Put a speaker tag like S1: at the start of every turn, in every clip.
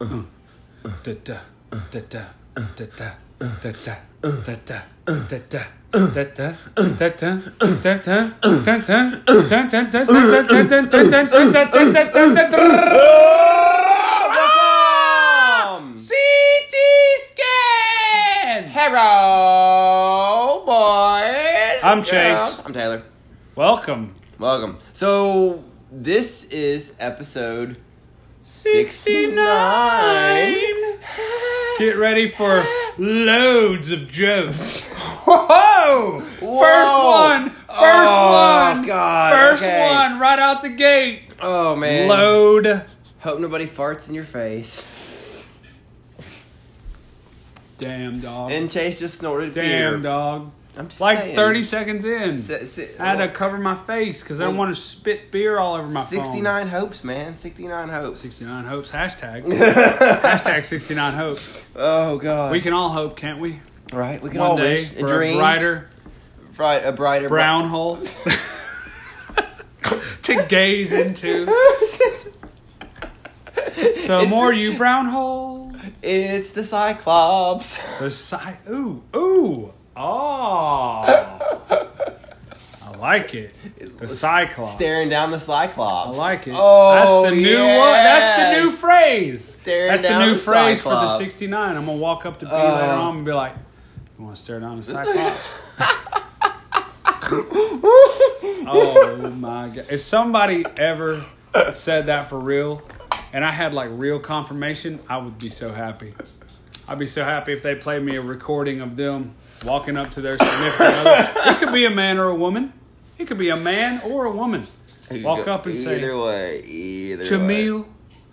S1: da da da da da da da da da da da da
S2: Welcome!
S1: CT scan.
S2: Hello, boys.
S1: I'm Chase.
S2: girls. I'm Taylor.
S1: Welcome.
S2: Welcome. So this is episode
S1: 69. Get ready for loads of jokes.
S2: Whoa! First
S1: First one. First
S2: oh,
S1: one.
S2: God.
S1: First
S2: okay.
S1: one right out the gate.
S2: Oh man.
S1: Load.
S2: Hope nobody farts in your face.
S1: Damn dog.
S2: And Chase just snorted beer.
S1: Damn dog.
S2: I'm just
S1: Like
S2: saying.
S1: 30 seconds in.
S2: Se- se-
S1: I had to cover my face because I
S2: Well-
S1: want to spit beer all over my phone.
S2: 69 hopes, man. 69 hopes.
S1: 69 hopes. Hashtag. hashtag 69 hopes.
S2: oh God.
S1: We can all hope, can't we?
S2: right. We can
S1: One
S2: all
S1: day
S2: wish
S1: for
S2: a dream.
S1: a brighter
S2: Bright, a brighter
S1: brown hole to gaze into. The
S2: It's-
S1: more you brown hole,
S2: It's the Cyclops.
S1: the side. Ooh, ooh, oh! I like it. The cyclops.
S2: Staring down the
S1: I
S2: Cyclops.
S1: like it.
S2: Oh,
S1: that's the new one. That's the new
S2: yes.
S1: phrase.
S2: Staring
S1: that's the
S2: down
S1: new
S2: the
S1: phrase for the
S2: Cyclops.
S1: 69. I'm going to walk up to B
S2: Oh.
S1: later on and be like, you want to stare down the Cyclops? oh my God. If somebody ever said that for real and I had like real confirmation, I would be so happy. I'd be so happy if they played me a recording of them walking up to their significant other. It could be a man or a woman. It could be a man or a woman. Walk up and say,
S2: Either way, either way.
S1: Jamil,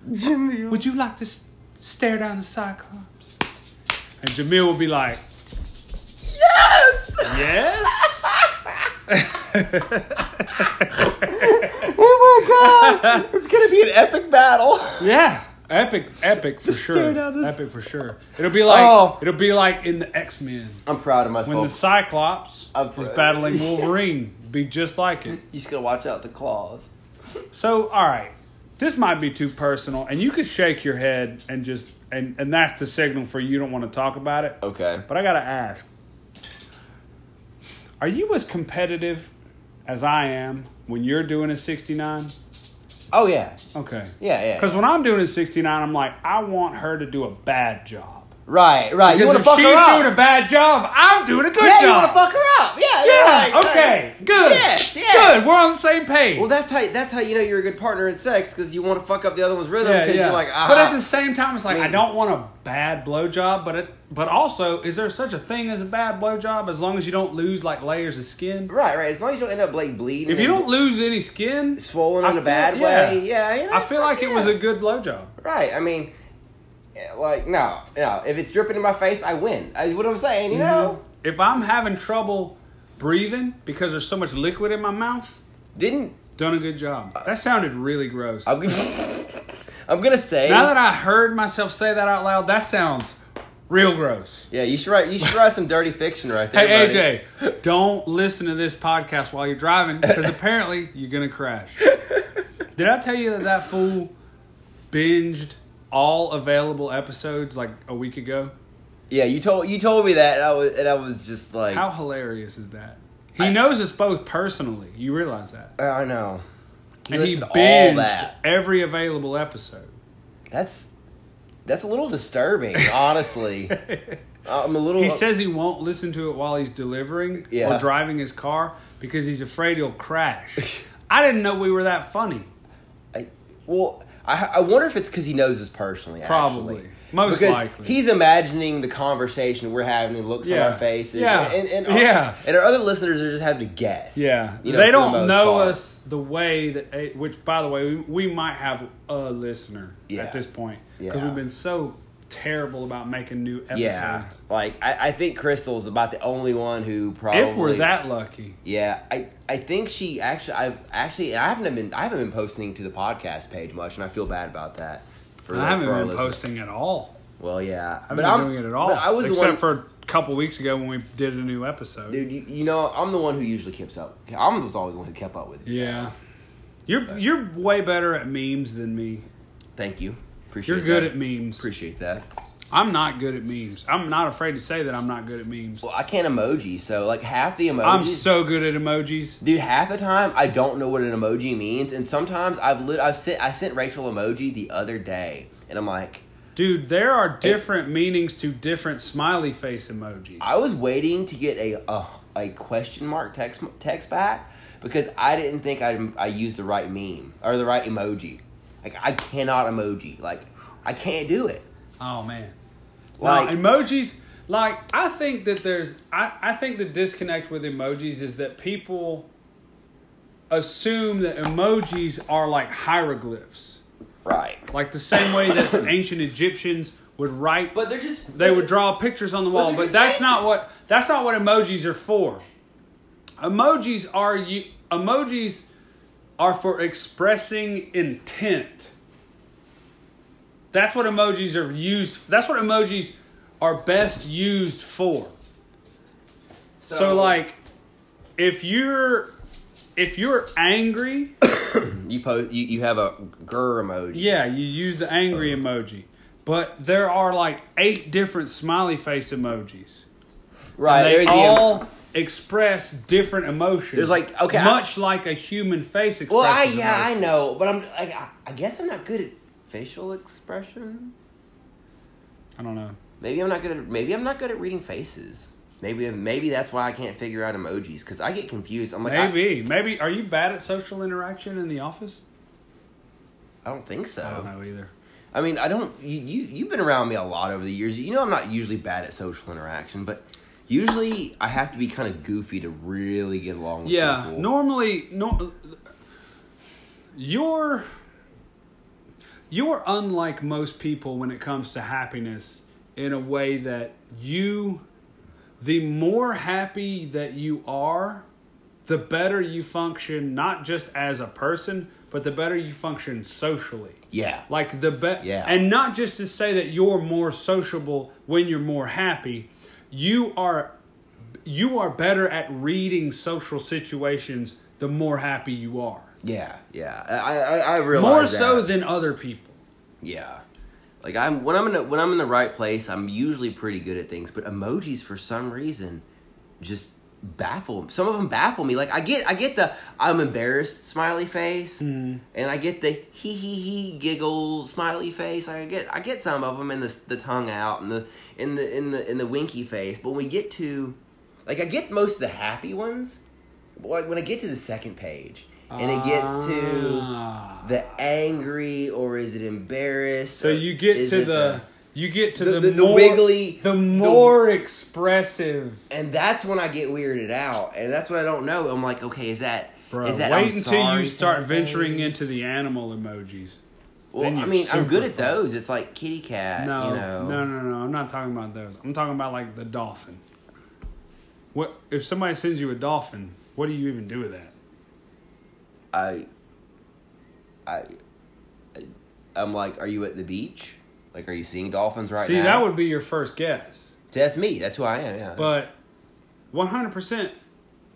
S2: Jamil.
S1: would you like to s- stare down the Cyclops? And Jamil will be like,
S2: Yes!
S1: Yes.
S2: Oh my god! it's gonna be an epic battle.
S1: yeah. Epic, epic for
S2: stare
S1: sure.
S2: down the
S1: Epic for sure. It'll be like
S2: Oh.
S1: it'll be like in the X Men
S2: I'm proud of
S1: when the
S2: myself.
S1: Cyclops
S2: Up-
S1: was battling Wolverine. Be just like it.
S2: you just gotta watch out the claws.
S1: So, all right, this might be too personal, and you could shake your head and just and and that's the signal for you don't want to talk about it.
S2: Okay.
S1: But I gotta ask: Are you as competitive as I am when you're doing a 69?
S2: Oh yeah.
S1: Okay.
S2: Yeah, yeah.
S1: Because when I'm doing a 69, I'm like, I want her to do a bad job.
S2: Right, right. You
S1: Because
S2: wanna
S1: if
S2: fuck
S1: she's
S2: her up.
S1: doing a bad job, I'm doing a good
S2: yeah,
S1: job.
S2: you wanna fuck her up. Yeah, you're
S1: Yeah.
S2: right.
S1: okay.
S2: Right.
S1: Good.
S2: Yes, yes.
S1: Good. We're on the same page.
S2: Well, that's how that's how you know you're a good partner in sex because you want to fuck up the other one's rhythm
S1: yeah,
S2: because
S1: yeah.
S2: you're like, ah.
S1: but at the same time, it's like I
S2: Maybe.
S1: don't want a bad blowjob. But it, but also, is there such a thing as a bad blowjob? As long as you don't lose like layers of skin.
S2: right, right. As long as you don't end up like bleeding,
S1: If you
S2: and
S1: don't lose any skin,
S2: swollen
S1: I
S2: in a
S1: feel-
S2: bad
S1: yeah.
S2: way, yeah. you know,
S1: I feel
S2: fuck
S1: like it
S2: yeah.
S1: was a good blowjob.
S2: right. I mean, yeah, like no, no. If it's dripping in my face, I win. I, what I'm saying, you
S1: Mm-hmm.
S2: know.
S1: If I'm having trouble breathing because there's so much liquid in my mouth,
S2: Didn't
S1: done a good job. That sounded really gross.
S2: I'm, I'm gonna say?
S1: Now that I heard myself say that out loud, that sounds real gross.
S2: yeah, you should write. You should write some dirty fiction right there. buddy.
S1: Hey AJ, don't listen to this podcast while you're driving because apparently you're gonna crash. Did I tell you that that fool binged all available episodes like a week ago?
S2: Yeah, you told you told me that, and I was and I was just like,
S1: How hilarious is that? He
S2: I-
S1: knows us both personally. You realize that,
S2: I know. You
S1: and he
S2: listened to
S1: binged
S2: all that.
S1: every available episode.
S2: That's that's a little disturbing, honestly. I'm a little.
S1: He says he won't listen to it while he's delivering or
S2: Yeah.
S1: driving his car because he's afraid he'll crash. I didn't know we were that funny.
S2: I, "Well, I, I wonder if it's because he knows us personally.
S1: Probably.
S2: actually.
S1: Most
S2: because
S1: likely.
S2: he's imagining the conversation we're having. and looks
S1: Yeah.
S2: on our faces.
S1: Yeah.
S2: and and,
S1: Yeah.
S2: and our other listeners are just having to guess.
S1: Yeah,
S2: you know,
S1: they
S2: for the
S1: don't
S2: most
S1: know
S2: part.
S1: us the way that. eh, Which, by the way, we, we might have a listener
S2: Yeah.
S1: at this point because
S2: Yeah.
S1: we've been so terrible about making new episodes.
S2: Yeah, like I, I think Crystal's about the only one who probably.
S1: if we're that lucky,
S2: Yeah, I, I think she actually I've actually I haven't been I haven't been posting to the podcast page much, and I feel bad about that. For,
S1: I haven't
S2: for our
S1: been
S2: listeners.
S1: posting at all.
S2: Well, yeah,
S1: I
S2: But
S1: haven't been doing it at all.
S2: But I was
S1: except
S2: the one,
S1: for a couple weeks ago when we did a new episode.
S2: dude. You, you know, I'm the one who usually keeps up. I'm was always the one who kept up with it.
S1: Yeah, you're you're way better at memes than me.
S2: Thank you. Appreciate
S1: You're good
S2: that.
S1: at memes.
S2: Appreciate that.
S1: I'm not good at memes. I'm not afraid to say that I'm not good at memes.
S2: Well, I can't emoji, so like half the emojis.
S1: I'm so good at emojis.
S2: Dude, half the time I don't know what an emoji means, and sometimes I've lit. I sent I sent Rachel emoji the other day, and I'm like,
S1: Dude, there are different meanings to different smiley face emojis.
S2: I was waiting to get a a, a question mark text text back because I didn't think I I used the right meme or the right emoji. Like I cannot emoji. Like I can't do it.
S1: Oh man.
S2: Like-
S1: no, emojis like I think that there's I, I think the disconnect with emojis is that people assume that emojis are like hieroglyphs.
S2: Right.
S1: Like the same way that the ancient Egyptians would write
S2: But they're just
S1: they would draw pictures on the wall,
S2: they're
S1: but
S2: just
S1: that's
S2: faces.
S1: not what that's not what emojis are for. Emojis are you emojis are for expressing intent. That's what emojis are used. That's what emojis are best used for. So, like if you're if you're angry,
S2: you post you, you have a grr emoji.
S1: yeah, you use the angry emoji. But there are like eight different smiley face emojis.
S2: Right.
S1: they
S2: There's the em-
S1: all express different emotions.
S2: There's like- okay, I-
S1: much like a human face expresses.
S2: well, I yeah I
S1: emotion.
S2: know, but I'm like I, I guess I'm not good at facial expression.
S1: I don't know.
S2: Maybe I'm not good at maybe I'm not good at reading faces. Maybe maybe that's why I can't figure out emojis because I get confused. I'm like I-
S1: Maybe, maybe. Are you bad at social interaction in the office?
S2: I, don't think so.
S1: I don't know either.
S2: I mean, I don't. You, you you've been around me a lot over the years. You know, I'm not usually bad at social interaction, but usually I have to be kind of goofy to really get along. with
S1: Yeah,
S2: people.
S1: normally, no. You're you're unlike most people when it comes to happiness in a way that you, the more happy that you are, the better you function not just as a person, but the better you function socially.
S2: Yeah.
S1: Like the best,
S2: Yeah.
S1: And not just to say that you're more sociable when you're more happy. You are, you are better at reading social situations the more happy you are.
S2: Yeah. Yeah. I I, I realize
S1: more so
S2: that.
S1: than other people.
S2: yeah. Like I'm when I'm in the, when I'm in the right place, I'm usually pretty good at things. But emojis, for some reason, just baffle. Some of them baffle me. Like I get I get the I'm embarrassed smiley face, and I get the hee hee hee giggle smiley face. I get I get some of them in the the tongue out and the in the in the in the winky face. But when we get to like I get most of the happy ones. But like when I get to the second page and it gets to
S1: Ah.
S2: the angry or is it embarrassed?
S1: So
S2: or
S1: you get
S2: is
S1: to
S2: it
S1: the you get to
S2: the-
S1: the,
S2: the- the
S1: more,
S2: wiggly-
S1: the
S2: the-
S1: more expressive.
S2: and that's when I get weirded out, and that's when I don't know. I'm like, okay, is that is
S1: Bro,
S2: that I'm
S1: wait until
S2: sorry
S1: you start
S2: sad
S1: venturing
S2: face?
S1: into the animal emojis. then
S2: Well, I
S1: you're
S2: mean, I'm good
S1: super
S2: at those. It's like kitty cat.
S1: No,
S2: Uh, you know.
S1: no, no, no. I'm not talking about those. I'm talking about like the dolphin. What if somebody sends you a dolphin? What do you even do with that?
S2: I, I, I- I'm like, are you at the beach? Like, are you seeing dolphins right
S1: See,
S2: now?
S1: that would be your first guess,
S2: See, that's me. That's who I am. Yeah.
S1: but 100 percent,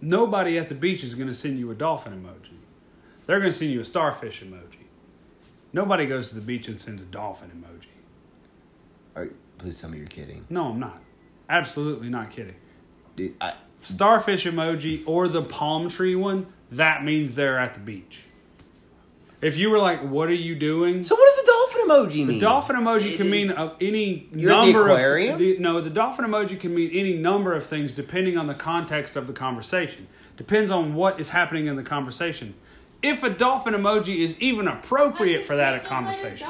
S1: nobody at the beach is going to send you a dolphin emoji. They're going to send you a starfish emoji. Nobody goes to the beach and sends a dolphin emoji.
S2: Are- please tell me you're kidding,
S1: No, I'm not. Absolutely not kidding.
S2: dude. I,
S1: starfish emoji or the palm tree one, that means they're at the beach. If you were like, "What are you doing?"
S2: so, what does the dolphin emoji mean?
S1: dolphin emoji can mean of any
S2: You're at the
S1: number
S2: aquarium?
S1: of the, no. The dolphin emoji can mean any number of things depending on the context of the conversation. Depends on what is happening in the conversation. If a dolphin emoji is even appropriate for that conversation,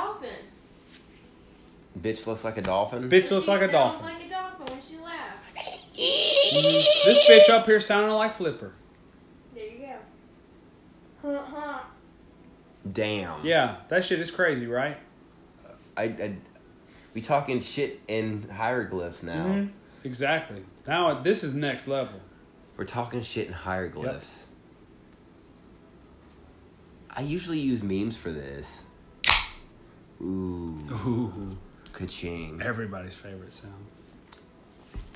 S2: Bitch looks like a dolphin.
S1: bitch looks like a dolphin.
S3: Like a dolphin when she laughs.
S1: This bitch up here sounding like Flipper.
S3: There you go. Huh, huh.
S2: Damn.
S1: Yeah, that shit is crazy, right?
S2: I, I we talking shit in hieroglyphs now.
S1: Mhm. Exactly. Now this is next level.
S2: We're talking shit in hieroglyphs. I usually use memes for this. Ooh,
S1: Ooh,
S2: ka-ching.
S1: everybody's favorite sound.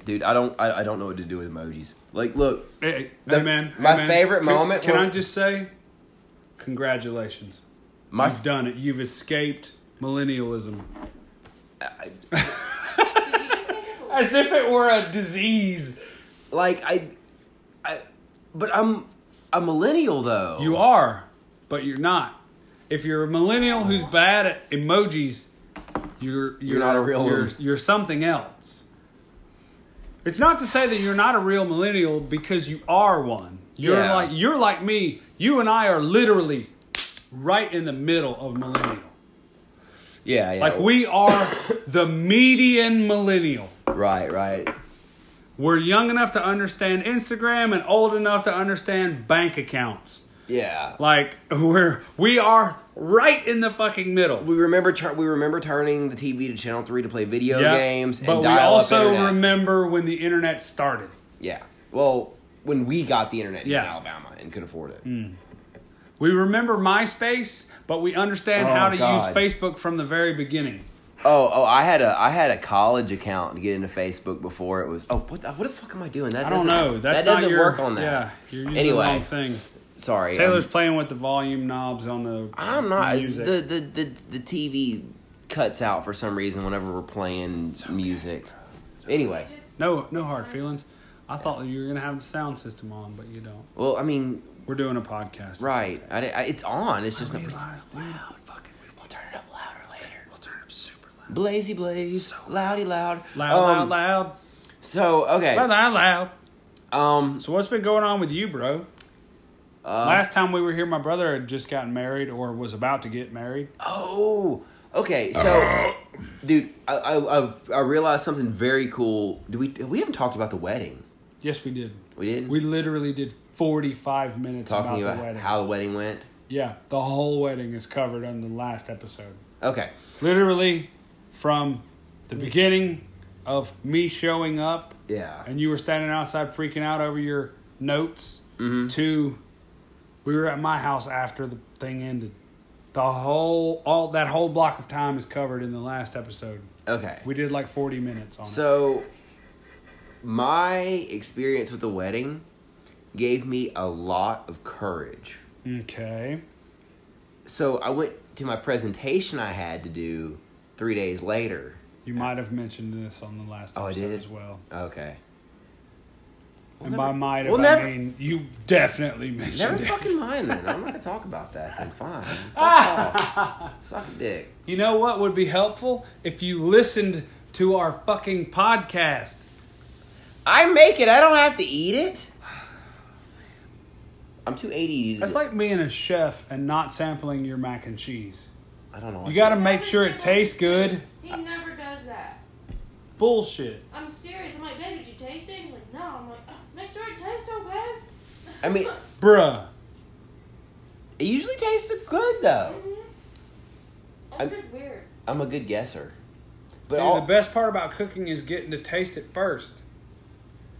S2: Dude, I don't, I, I don't know what to do with emojis. Like, look,
S1: Hey, hey,
S2: The-
S1: hey, man. hey,
S2: my
S1: man.
S2: favorite
S1: Can-
S2: moment
S1: Can
S2: when-
S1: I just say, congratulations?
S2: my
S1: Mm. You've done it. You've escaped Millennialism.
S2: I-
S3: Did you just make up a word?
S1: As if it were a disease.
S2: like I, I, but I'm a millennial though.
S1: You are, but you're not. If you're a millennial who's bad at emojis, you're you're,
S2: not a real
S1: you're,
S2: one.
S1: you're something else. It's not to say that you're not a real millennial because you are one. You're
S2: Yeah.
S1: like you're like me. You and I are literally right in the middle of millennial.
S2: Yeah, yeah.
S1: Like we are the median millennial.
S2: Right, right.
S1: We're young enough to understand Instagram and old enough to understand bank accounts.
S2: Yeah.
S1: Like we're we are right in the fucking middle.
S2: we remember tur- we remember turning the TV to channel three to play video
S1: Yeah.
S2: games and
S1: but we
S2: dial up
S1: also
S2: internet.
S1: remember when the internet started.
S2: yeah. Well, when we got the internet
S1: Yeah. Mm.
S2: in Alabama and could afford it.
S1: We remember MySpace, but we understand
S2: Oh,
S1: how to
S2: God.
S1: use Facebook from the very beginning.
S2: Oh, oh, I had a I had a college account to get into Facebook before it was. Oh, what the, what the fuck am I doing? That
S1: I don't
S2: doesn't-
S1: know. That's
S2: that
S1: not
S2: doesn't
S1: your-
S2: work on that.
S1: Yeah, you're using
S2: Anyway.
S1: the wrong thing.
S2: Sorry,
S1: Taylor's
S2: um,
S1: playing with the volume knobs on the.
S2: I'm not
S1: Music.
S2: the, the the the TV cuts out for some reason whenever we're playing music. Anyway,
S3: Just-
S1: no, no hard feelings. I thought that you were gonna have the sound system on, but you don't.
S2: well, I mean,
S1: We're doing a podcast.
S2: right? I, di- I- it's on. It's just
S1: I
S2: not-
S1: realized, dude. Fucking,
S2: We'll turn it up louder later.
S1: we'll turn it up super loud.
S2: Blazy blaze, loudy loud.
S1: Loud, loud,
S2: Um,
S1: loud,
S2: So okay,
S1: loud, loud, loud.
S2: um,
S1: So what's been going on with you, bro?
S2: uh,
S1: Last time we were here, my brother had just gotten married or was about to get married.
S2: oh, okay. So, dude, I, I I I realized something very cool. Do we we haven't talked about the wedding?
S1: Yes, we did.
S2: We did.
S1: We literally did 45 minutes
S2: talking
S1: about
S2: about,
S1: the wedding.
S2: how the wedding went.
S1: yeah, the whole wedding is covered on the last episode.
S2: Okay,
S1: Literally from the beginning of me showing up
S2: yeah,
S1: and you were standing outside freaking out over your notes
S2: Mhm.
S1: to we were at my house after the thing ended. The whole all that whole block of time is covered in the last episode.
S2: okay.
S1: We did like 40 minutes on it.
S2: So, my experience with the wedding gave me a lot of courage.
S1: Okay.
S2: So I went to my presentation I had to do three days later.
S1: You might have mentioned this on the last
S2: Oh, I
S1: episode
S2: did?
S1: as well.
S2: Okay.
S1: and
S2: never-
S1: by might have
S2: we'll
S1: I
S2: never-
S1: mean you definitely
S2: Never
S1: mentioned it. Ah!
S2: fucking mind then. I'm not gonna talk about that then. Fine. Fuck off. Suck a dick.
S1: You know what would be helpful if you listened to our fucking podcast.
S2: I make it. I don't have to eat it. I'm too eighty.
S1: That's like being a chef and not sampling your mac and cheese.
S2: Oh, I don't know.
S1: You got to make sure it tastes good.
S3: He never does that.
S1: Bullshit.
S3: I'm serious. I'm like, babe, did you taste it? He's like, no. I'm like, "Oh, make sure it tastes okay.
S2: I mean- uh,
S1: Bruh.
S2: It usually tasted good though.
S3: Mhm.
S2: I'm-
S3: That's just weird.
S2: I'm a good guesser. But
S1: Dude,
S2: all,
S1: the best part about cooking is getting to taste it first.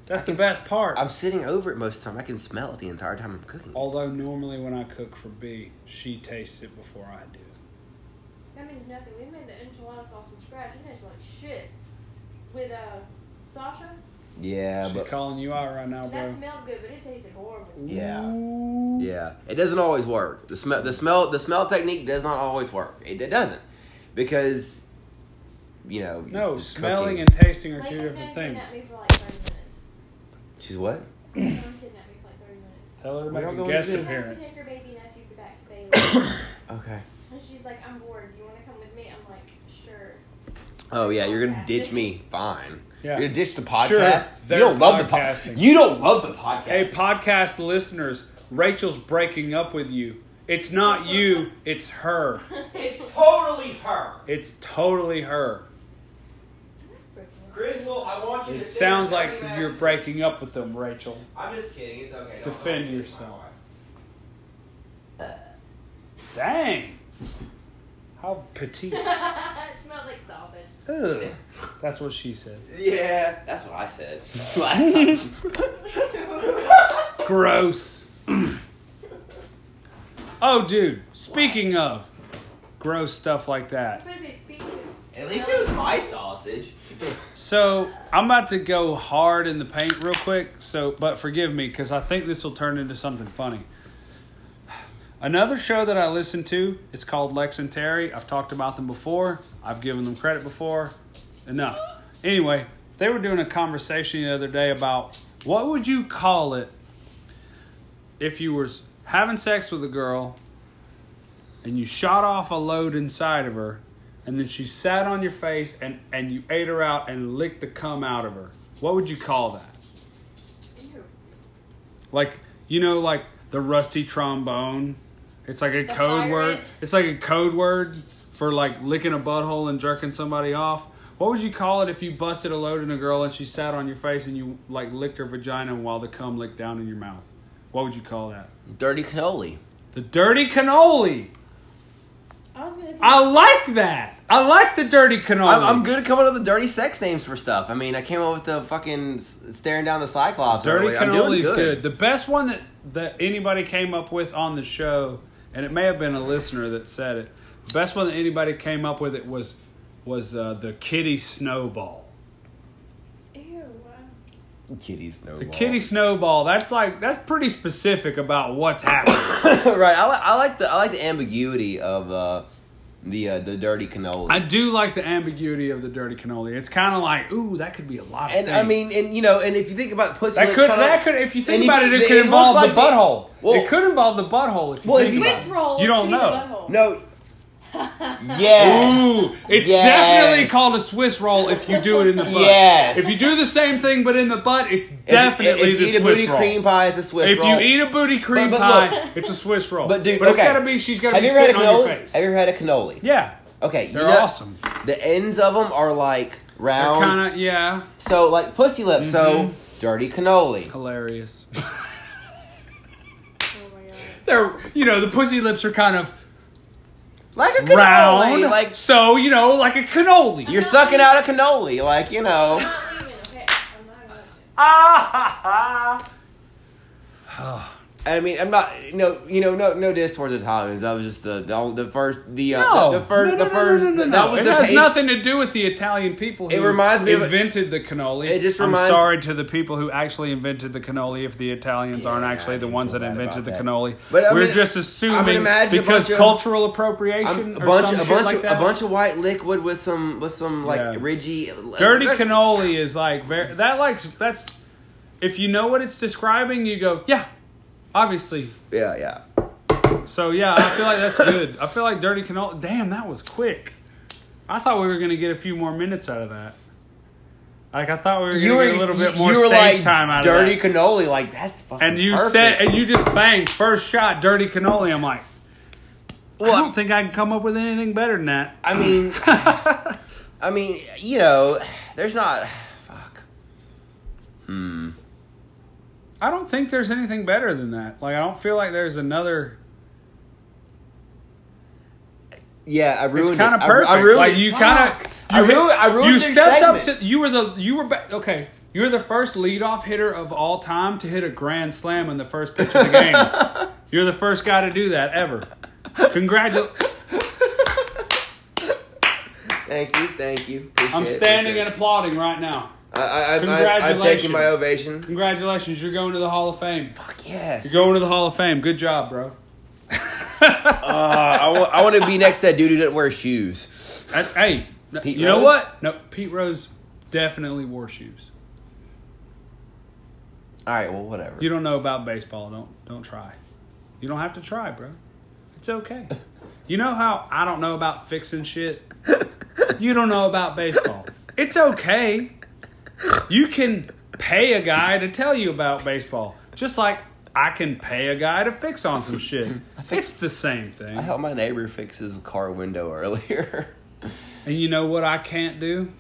S1: That's the best part.
S2: I'm sitting over it most of the time. I can smell it the entire time I'm cooking.
S1: Although normally when I cook for B, she tastes it before I do.
S3: That means nothing. We made the enchilada sauce from scratch. It tastes like shit. With uh, Sasha,
S2: yeah,
S1: She's
S2: but
S1: calling you out right now,
S3: that
S1: bro.
S3: smelled good, but it tasted horrible.
S2: Yeah.
S1: Ooh.
S2: Yeah, it doesn't always work. The smell, the smell, the smell technique does not always work. It, it doesn't because you know.
S1: No,
S2: just
S1: smelling
S2: cooking-
S1: and tasting are
S3: Like,
S1: two
S3: he's
S1: different
S3: gonna
S1: things.
S3: kidnap me for like 30 minutes.
S2: she's what?
S3: He's gonna kidnap me for like 30 minutes.
S1: Tell her to
S2: We're
S1: make
S2: all
S1: a
S2: going
S1: guest
S2: to-
S3: She wants
S1: appearance.
S3: to take her baby nephew back to Baylor.
S2: Okay.
S3: and she's like, I'm bored. Do you want to come with me? I'm like, sure.
S2: Oh yeah, you're gonna ditch me. Fine.
S1: Yeah.
S2: You're gonna ditch the
S1: Sure,
S2: podcast. you
S1: they're
S2: don't love the podcast.
S1: podcasting.
S2: You don't love the podcast.
S1: Hey, podcast listeners, Rachel's breaking up with you. It's not you, it's her.
S2: it's totally her.
S1: It's totally her.
S2: Griswold, I want
S1: It
S2: sit
S1: sounds
S2: there
S1: like
S2: and tell me
S1: you're
S2: that-
S1: breaking up with them, Rachel.
S2: I'm just kidding. It's okay. Don't-
S1: Defend
S2: don't-
S1: yourself. Dang. How petite.
S3: it smelled like sausage.
S1: Ugh. That's what she said.
S2: Yeah, that's what I said last time.
S1: Gross. oh, dude, speaking of gross stuff like that.
S3: Busy speakers.
S2: At least it was my sausage.
S1: So I'm about to go hard in the paint real quick. So, but forgive me because I think this will turn into something funny. Another show that I listen to, it's called Lex and Terry. I've talked about them before. I've given them credit before. Enough. Anyway, they were doing a conversation the other day about what would you call it if you were having sex with a girl and you shot off a load inside of her and then she sat on your face and, and you ate her out and licked the cum out of her. What would you call that?
S3: Ew.
S1: like you know like the rusty trombone it's like a
S3: The
S1: code
S3: fire
S1: word
S3: ant.
S1: it's like a code word for like licking a butthole and jerking somebody off what would you call it if you busted a load in a girl and she sat on your face and you like licked her vagina while the cum licked down in your mouth what would you call that
S2: Dirty cannoli.
S1: the dirty cannoli
S3: I was gonna. Think,
S1: i like that i like the dirty cannoli
S2: I'm, I'm good at coming up with dirty sex names for stuff. I mean, I came up with the fucking s- staring down the Cyclops.
S1: Dirty
S2: earlier. I'm doing
S1: cannoli is good. The best one that, that anybody came up with on the show, and it may have been a listener that said it. The best one that anybody came up with it was was uh, the kitty snowball.
S3: ew.
S2: Kitty snowball.
S1: The kitty snowball. That's like that's pretty specific about what's happening.
S2: right. I, li- I like the I like the ambiguity of uh, the uh, the dirty cannoli.
S1: I do like the ambiguity of the dirty cannoli. It's kind of like ooh, that could be a lot. Of
S2: and I
S1: things.
S2: mean, and you know, and if you think about pussy,
S1: that
S2: lips
S1: could
S2: kinda-
S1: that could if you
S2: and
S1: think about it, it,
S2: it
S1: could
S2: looks
S1: involve
S2: like
S1: the
S2: the-
S1: butthole.
S2: Well-
S1: it could involve the butthole. If you
S2: Well,
S1: think
S2: if you-
S1: about
S3: Swiss
S1: it.
S3: roll.
S1: You don't
S3: should be the
S1: know.
S3: butthole.
S2: no. Yes.
S1: Ooh, it's
S2: Yes.
S1: definitely called a Swiss roll if you do it in the butt.
S2: Yes.
S1: If you do the same thing but in the butt, it's
S2: If you-
S1: definitely
S2: If
S1: the
S2: you eat a
S1: Swiss
S2: booty
S1: roll.
S2: cream pie, it's a Swiss
S1: if
S2: roll.
S1: you eat a booty cream
S2: But- but
S1: pie,
S2: look-
S1: it's a Swiss roll.
S2: but dude,
S1: but it's
S2: okay.
S1: gotta be she's gotta
S2: have
S1: be
S2: you ever had a
S1: sitting on your
S2: cannoli?
S1: face.
S2: Have you ever had a cannoli?
S1: yeah,
S2: Okay, you
S1: they're
S2: know-
S1: awesome.
S2: The ends of them are like
S1: They're
S2: round.
S1: kind of yeah,
S2: So like pussy lips. So
S1: Mhm.
S2: dirty cannoli.
S1: hilarious.
S3: Oh my god.
S1: they're you know the pussy lips are kind of
S2: Like a cannoli.
S1: round,
S2: Like
S1: so you know like a cannoli.
S2: you're sucking out a cannoli. Like you know.
S3: I'm not leaving. Okay. I'm not going.
S1: ah ha ha. Ah.
S2: I mean, I'm not no, you know, no, no diss towards Italians. That was just the the, the first, the uh,
S1: No,
S2: the, the first,
S1: no, no,
S2: the
S1: no,
S2: first.
S1: No, no, no,
S2: That
S1: no.
S2: was
S1: it
S2: the
S1: has
S2: page-
S1: nothing to do with the Italian people. Who
S2: It reminds me of-
S1: invented the cannoli.
S2: It just
S1: I'm
S2: reminds-
S1: sorry to the people who actually invented the cannoli. If the Italians aren't
S2: Yeah,
S1: actually
S2: I
S1: the
S2: do
S1: ones
S2: feel
S1: that
S2: bad
S1: invented
S2: about
S1: the
S2: that.
S1: cannoli,
S2: But I
S1: we're
S2: mean-
S1: just
S2: I mean,
S1: assuming
S2: imagine a
S1: because
S2: bunch of-
S1: cultural appropriation
S2: I'm-
S1: or
S2: a bunch,
S1: some
S2: a
S1: shit
S2: bunch,
S1: like
S2: of,
S1: that.
S2: a bunch of white liquid with some, with some like
S1: Yeah.
S2: ridgy, uh,
S1: Dirty
S2: like-
S1: cannoli is like very that likes that's if you know what it's describing, you go yeah, obviously.
S2: Yeah, yeah.
S1: So yeah, I feel like that's good. I feel like dirty cannoli. Damn, that was quick. I thought we were gonna get a few more minutes out of that. Like I thought we were gonna get a little bit more
S2: you were
S1: stage
S2: like
S1: time out
S2: dirty
S1: of that.
S2: cannoli. Like that's fucking
S1: and you
S2: perfect.
S1: said, and you just banged first shot, dirty cannoli. I'm like,
S2: well,
S1: I don't think I can come up with anything better than that.
S2: I mean, I mean, you know, there's not. Fuck. Hmm.
S1: I don't think there's anything better than that. Like I don't feel like there's another.
S2: Yeah, I ruined
S1: It's kind of
S2: it. I ru-
S1: perfect.
S2: I, ruined
S1: like
S2: it.
S1: you
S2: Fuck.
S1: kind of.
S2: I ruined. I ruined
S1: You
S2: your
S1: stepped
S2: segment.
S1: up to. You were the. You were ba- okay. You were the first leadoff hitter of all time to hit a grand slam in the first pitch of the game. You're the first guy to do that ever. Congratulations.
S2: Thank you, thank you. Appreciate
S1: I'm
S2: it,
S1: standing
S2: appreciate
S1: and
S2: it.
S1: applauding right now.
S2: I, I, I, I, I'm
S1: Congratulations.
S2: taking my ovation.
S1: Congratulations, you're going to the Hall of Fame.
S2: Fuck yes.
S1: You're going to the Hall of Fame. Good job, bro.
S2: Uh, I, wa- I want to be next to that dude who doesn't wear shoes.
S1: I- hey, n-
S2: Pete
S1: you know
S2: Rose?
S1: what? No, Pete Rose definitely wore shoes.
S2: All right, well, whatever.
S1: You don't know about baseball. Don't don't try. You don't have to try, bro. It's okay. You know how I don't know about fixing shit? You don't know about baseball. It's okay. You can pay a guy to tell you about baseball. Just like I can pay a guy to fix on some shit. It's the same thing.
S2: I helped my neighbor fix his car window earlier.
S1: And you know what I can't do?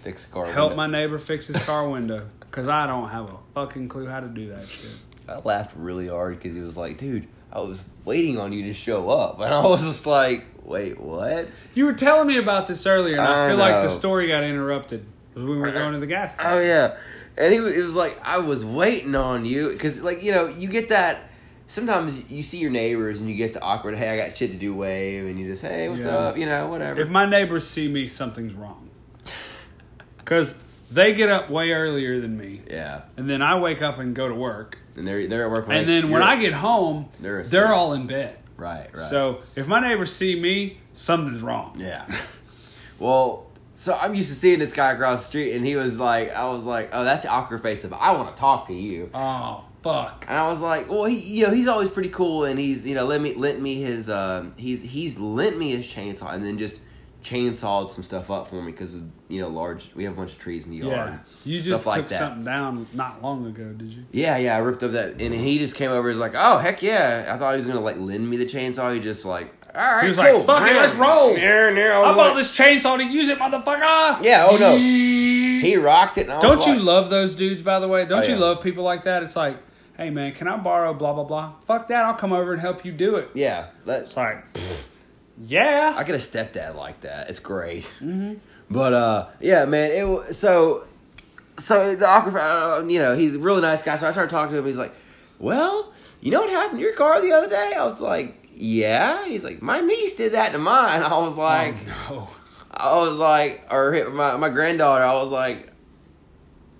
S2: fix a car
S1: Help my
S2: window.
S1: neighbor fix his car window. Cause I don't have a fucking clue how to do that shit.
S2: I laughed really hard because he was like, dude, I was waiting on you to show up. And I was just like, wait, what?
S1: You were telling me about this earlier, and I,
S2: I
S1: feel like
S2: know.
S1: the story got interrupted because we were going to the gas station.
S2: Oh yeah, and he, wa- it was like I was waiting on you because like you know you get that sometimes you see your neighbors and you get the awkward hey I got shit to do wave and you just hey what's
S1: Yeah.
S2: up you know whatever
S1: If my neighbors see me, something's wrong. Because they get up way earlier than me,
S2: yeah
S1: and then I wake up and go to work.
S2: and they're they're at work
S1: and then when
S2: you're-
S1: I get home,
S2: They're
S1: they're,
S2: asleep.
S1: all in bed.
S2: Right, right.
S1: So if my neighbors see me, something's wrong.
S2: Yeah. Well, so I'm used to seeing this guy across the street, and he was like, I was like, oh, that's the awkward face of I want to talk to you.
S1: Oh fuck.
S2: And I was like, well, he, you know, he's always pretty cool, and he's, you know, lent me, lent me his, um, he's, he's lent me his chainsaw, and then just chainsawed some stuff up for me because, you know, large, we have a bunch of trees in the yard.
S1: Yeah. You just
S2: stuff
S1: took
S2: like that.
S1: something down not long ago, did you?
S2: Yeah, yeah, I ripped up that, and he just came over. He's like, "Oh heck yeah!" I thought he was gonna like lend me the chainsaw. He just like, "All right,
S1: was like,
S2: cool.
S1: "Fuck it, let's roll."
S2: Yeah, yeah. I
S1: I
S2: was
S1: bought
S2: like-
S1: this chainsaw to use it, motherfucker.
S2: Oh, Yeah, oh no, he rocked it. And I was
S1: Don't you
S2: like-
S1: love those dudes, by the way? Don't
S2: Oh,
S1: you
S2: yeah.
S1: love people like that? It's like, hey man, can I borrow blah blah blah? Fuck that, I'll come over and help you do it.
S2: Yeah, that,
S1: It's like, yeah.
S2: I got a stepdad like that. It's great. But uh, yeah, man. It wa- so so the awkward. Uh, you know, he's a really nice guy. So I started talking to him. He's like, "Well, you know what happened to your car the other day?" I was like, "Yeah." He's like, "My niece did that to mine." I was like.
S1: oh,
S2: I was like, or hit my, my granddaughter, I was like,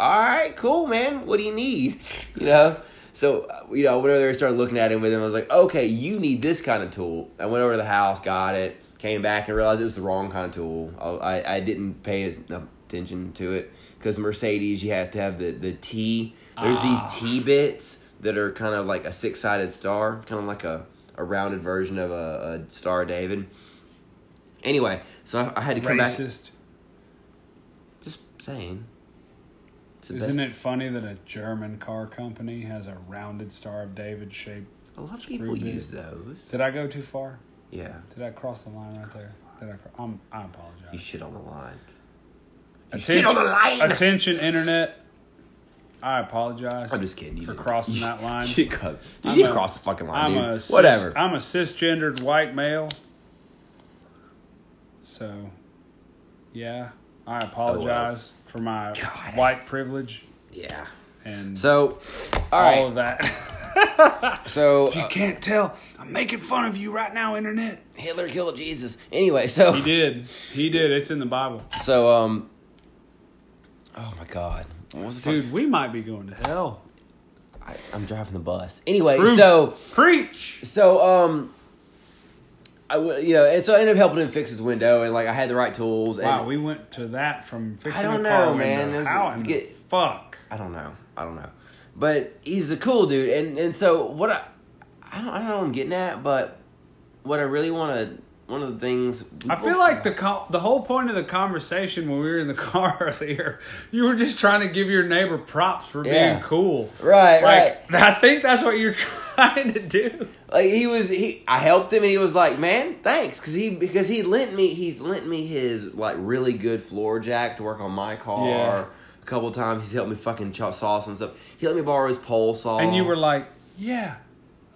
S2: all right, cool, man. What do you need? You know? So, uh, you know, whenever they started looking at him with him, I was like, okay, you need this kind of tool. I went over to the house, got it, came back and realized it was the wrong kind of tool. I, I, I didn't pay as enough attention to it because Mercedes, you have to have the, the T. There's
S1: Ah.
S2: these T bits that are kind of like a six sided star, kind of like a, a rounded version of a, a Star of David. Anyway, so I, I had to come back.
S1: racist.
S2: Just saying. It's the
S1: Isn't
S2: best.
S1: it funny that a German car company has a rounded Star of David shape?
S2: A lot of people
S1: Ruby.
S2: use those.
S1: Did I go too far?
S2: Yeah.
S1: Did I cross the line right there? Did I? Cro- I'm, I apologize.
S2: You shit on the line. You
S1: Attention,
S2: shit on the line!
S1: attention, internet. I apologize.
S2: I'm just kidding. You
S1: for
S2: didn't.
S1: crossing that line.
S2: You, co- dude,
S1: I'm
S2: you
S1: a-
S2: crossed the fucking line,
S1: I'm
S2: dude.
S1: a cis-
S2: Whatever.
S1: I'm a cisgendered white male. So, yeah, I apologize for my
S2: Oh, God.
S1: white privilege
S2: yeah.
S1: and
S2: So, all
S1: all
S2: right.
S1: of that.
S2: so,
S1: If you
S2: uh,
S1: can't tell, I'm making fun of you right now, internet.
S2: Hitler killed Jesus. Anyway, so.
S1: He did. He did. It's in the Bible.
S2: So, um. Oh my god. What was the fuck-
S1: Dude, we might be going to hell.
S2: I, I'm driving the bus. Anyway,
S1: Prove-
S2: so.
S1: preach.
S2: So um, I would you know, and so I ended up helping him fix his window, and like I had the right tools. And
S1: Wow, we went to that from fixing
S2: I don't
S1: a car
S2: know,
S1: window.
S2: man. It was-
S1: How in
S2: it's
S1: the
S2: get-
S1: fuck?
S2: I don't know, I don't know, but he's a cool dude, and and so what I I don't I don't know what I'm getting at, but what I really want to one of the things
S1: I feel like the co- the whole point of the conversation when we were in the car earlier, you were just trying to give your neighbor props for
S2: Yeah.
S1: being cool.
S2: right right
S1: Like I think that's what you're trying to do.
S2: like he was he I helped him and he was like, "Man, thanks cuz he because he lent me he's lent me his like really good floor jack to work on my car
S1: Yeah.
S2: a couple times. He's helped me fucking chop saw some stuff. He let me borrow his pole saw.
S1: And you were like, "Yeah,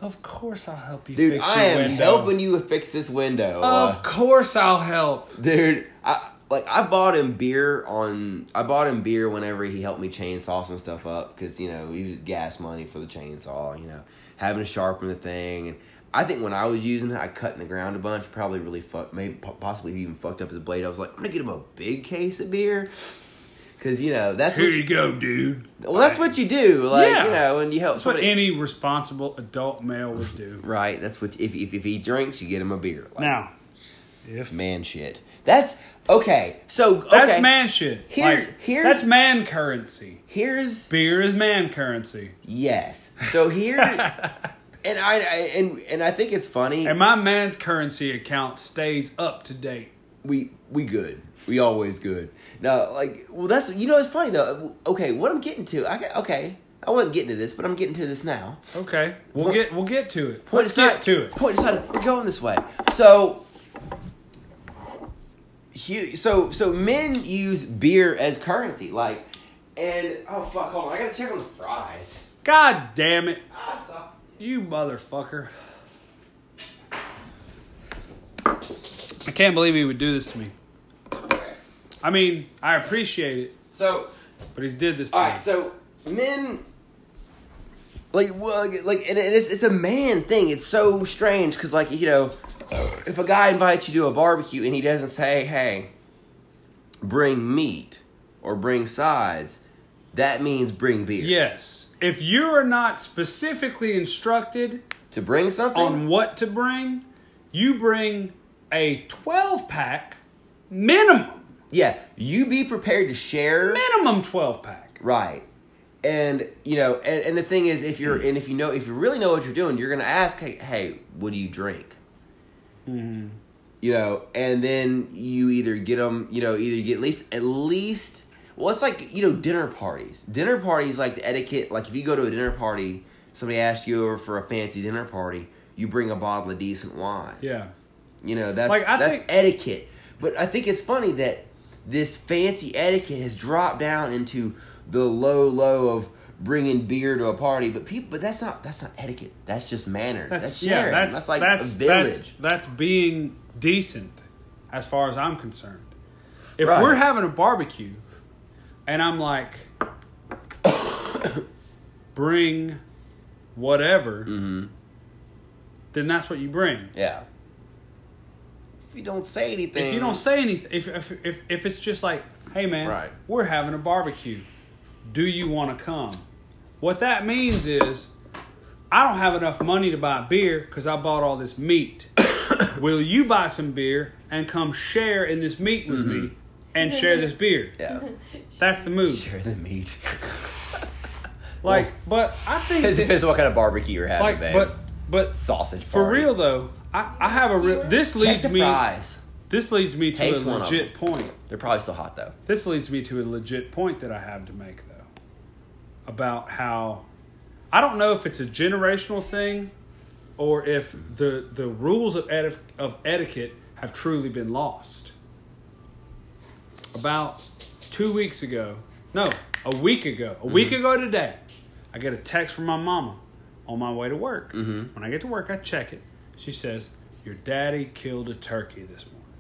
S1: of course I'll help you
S2: Dude,
S1: fix
S2: I
S1: your
S2: am
S1: window.
S2: helping you fix this window.
S1: Of
S2: Uh,
S1: course I'll help."
S2: dude, I like I bought him beer on I bought him beer whenever he helped me chainsaw some stuff up cuz you know, he was gas money for the chainsaw, you know, having to sharpen the thing and I think when I was using it, I cut in the ground a bunch. Probably really fucked, maybe po- possibly even fucked up his blade. I was like, I'm gonna get him a big case of beer, cause you know that's what you,
S1: go, dude.
S2: well that's what you do, like
S1: Yeah.
S2: you know, when you help
S1: That's what
S2: somebody,
S1: any responsible adult male would do.
S2: right? That's what if if, if he drinks, you get him a beer. Like,
S1: Now, if
S2: man shit. That's okay. So okay.
S1: that's man shit.
S2: Here-
S1: Like,
S2: here-
S1: that's man currency.
S2: Here's
S1: Beer is man currency.
S2: yes. So here, and I, I and and I think it's funny.
S1: And my man currency account stays up to date.
S2: we we good. We always good. Now, like, well, that's you know, it's funny though. Okay, what I'm getting to, I got- okay, I wasn't getting to this, but I'm getting to this now.
S1: Okay, we'll
S2: Point-
S1: get we'll get to it. Let's
S2: aside-
S1: get to it.
S2: Point aside, we're going this way. So, hu so so men use beer as currency, like, and oh fuck, hold on, I gotta check on the fries. Ah,
S1: God damn it,
S2: I saw.
S1: you motherfucker! I can't believe he would do this to me. I mean, I appreciate it,
S2: So,
S1: but he's did this to
S2: all
S1: me.
S2: right, so men, like, well, like, like, and it's it's a man thing. It's so strange because, like, you know, if a guy invites you to a barbecue and he doesn't say, "Hey, bring meat or bring sides," that means bring beer.
S1: yes, if you are not specifically instructed,
S2: to bring something.
S1: on what to bring, you bring a 12 pack minimum,
S2: yeah, you be prepared to share.
S1: minimum 12 pack.
S2: Right. And you know, and, and the thing is, if you're and if you know, if you really know what you're doing, you're gonna ask, hey, hey, what do you drink? You know, and then you either get them, you know, either you get at least at least. Well, it's like you know, dinner parties. Dinner parties, like the etiquette, like if you go to a dinner party, somebody asks you over for a fancy dinner party, you bring a bottle of decent wine.
S1: Yeah.
S2: You know, that's
S1: Like, I
S2: that's
S1: think-
S2: etiquette. But I think it's funny that this fancy etiquette has dropped down into the low low of bringing beer to a party. But people, but that's not that's not etiquette. That's just manners. That's, sharing. That's, like a village.
S1: That's, that's being decent, as far as I'm concerned. If
S2: Right.
S1: we're having a barbecue, and I'm like, bring whatever,
S2: Mhm.
S1: then that's what you bring.
S2: yeah. If you don't say anything,
S1: If you don't say anything, if, if if if it's just like, hey man,
S2: Right.
S1: we're having a barbecue, do you want to come? What that means is, I don't have enough money to buy beer because I bought all this meat. Will you buy some beer and come share in this meat with me and share this beer?
S2: Mm-hmm. yeah,
S1: That's the move.
S2: share the meat.
S1: Like, but I
S2: it
S1: think that,
S2: depends what kind of barbecue you're having,
S1: like,
S2: babe.
S1: but but
S2: Sausage
S1: for
S2: party.
S1: real though, I, I have a real. This
S2: Check
S1: leads
S2: the
S1: me.
S2: fries.
S1: This leads me to a
S2: Taste one of
S1: legit point.
S2: They're probably still hot though.
S1: This leads me to a legit point that I have to make, though, about how I don't know if it's a generational thing or if the the rules of, eti- of etiquette have truly been lost. About two weeks ago, no, a week ago, a week ago today, I get a text from my mama on my way to work. When I get to work, I check it. She says, "Your daddy killed a turkey this morning,"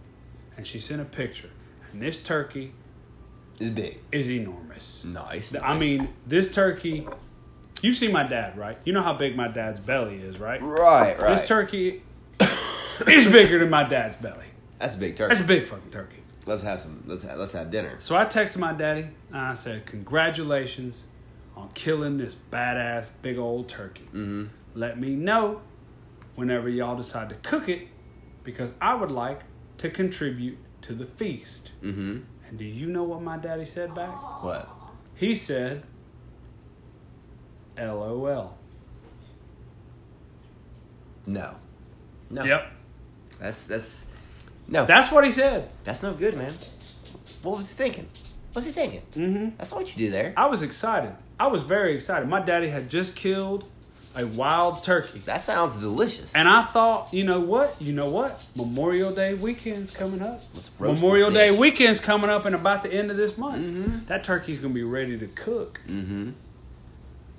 S1: and she sent a picture. And this turkey
S2: It's big.
S1: is enormous.
S2: Nice.
S1: I
S2: nice.
S1: mean, this turkey. You've seen my dad, right? You know how big my dad's belly is, right?
S2: Right, right.
S1: This turkey is bigger than my dad's belly.
S2: That's a big turkey.
S1: That's a big fucking turkey.
S2: Let's have some. Let's have, let's have dinner.
S1: So I texted my daddy and I said, "Congratulations on killing this badass big old turkey.
S2: Mhm.
S1: Let me know whenever y'all decide to cook it, because I would like to contribute to the feast."
S2: Mm-hmm.
S1: And do you know what my daddy said back?
S2: What?
S1: He said, LOL.
S2: No. No.
S1: Yep.
S2: That's that's no.
S1: That's what he said.
S2: that's no good, man. What was he thinking? What's he thinking?
S1: Mm-hmm.
S2: That's not what you do there.
S1: I was excited. I was very excited. My daddy had just killed a wild turkey.
S2: That sounds delicious.
S1: And I thought, you know what? You know what? Memorial Day weekend's coming up.
S2: Let's roast this
S1: Memorial Day
S2: bitch.
S1: weekend's coming up and about the end of this month.
S2: Mhm.
S1: That turkey's going to be ready to cook.
S2: Mm-hmm.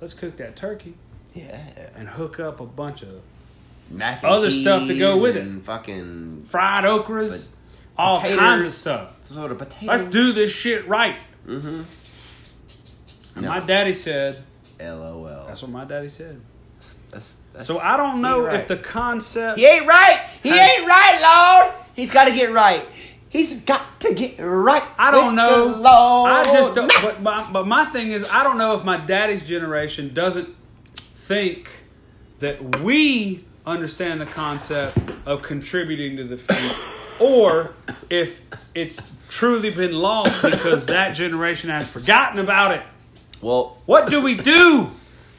S1: Let's cook that turkey
S2: Yeah.
S1: and hook up a bunch of
S2: Mac
S1: Other stuff to go
S2: cheese
S1: with it.
S2: and Fucking
S1: fried okras, all kinds of
S2: potatoes.
S1: stuff.
S2: some sort of potato.
S1: Let's do this shit right.
S2: Mm-hmm.
S1: And
S2: No.
S1: my daddy said,
S2: LOL.
S1: that's what my daddy said.
S2: That's, that's,
S1: So I don't know
S2: He ain't
S1: if the concept.
S2: He ain't right. He
S1: Hey.
S2: ain't right, Lord. He's got to get right. He's got to get right.
S1: I don't
S2: with
S1: know.
S2: The Lord.
S1: I just don't.
S2: Nah.
S1: But my, but my thing is, I don't know if my daddy's generation doesn't think that we understand the concept of contributing to the feast, or if it's truly been lost because that generation has forgotten about it.
S2: Well,
S1: What do we do?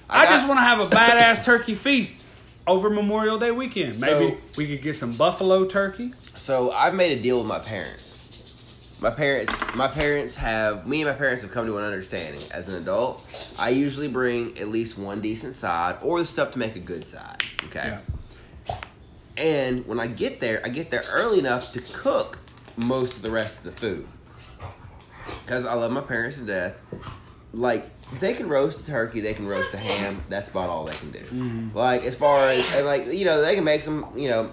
S1: I,
S2: I
S1: just
S2: got-
S1: want to have a badass turkey feast over Memorial Day weekend. Maybe
S2: So-
S1: we could get some buffalo turkey.
S2: so I've made a deal with my parents. My parents, my parents have me and my parents have come to an understanding. As an adult, I usually bring at least one decent side or the stuff to make a good side. Okay.
S1: Yeah.
S2: And when I get there, I get there early enough to cook most of the rest of the food. Because I love my parents to death. Like, they can roast a turkey, they can roast a ham. That's about all they can do.
S1: Mm-hmm.
S2: Like, as far as, and like, you know, they can make some, you know,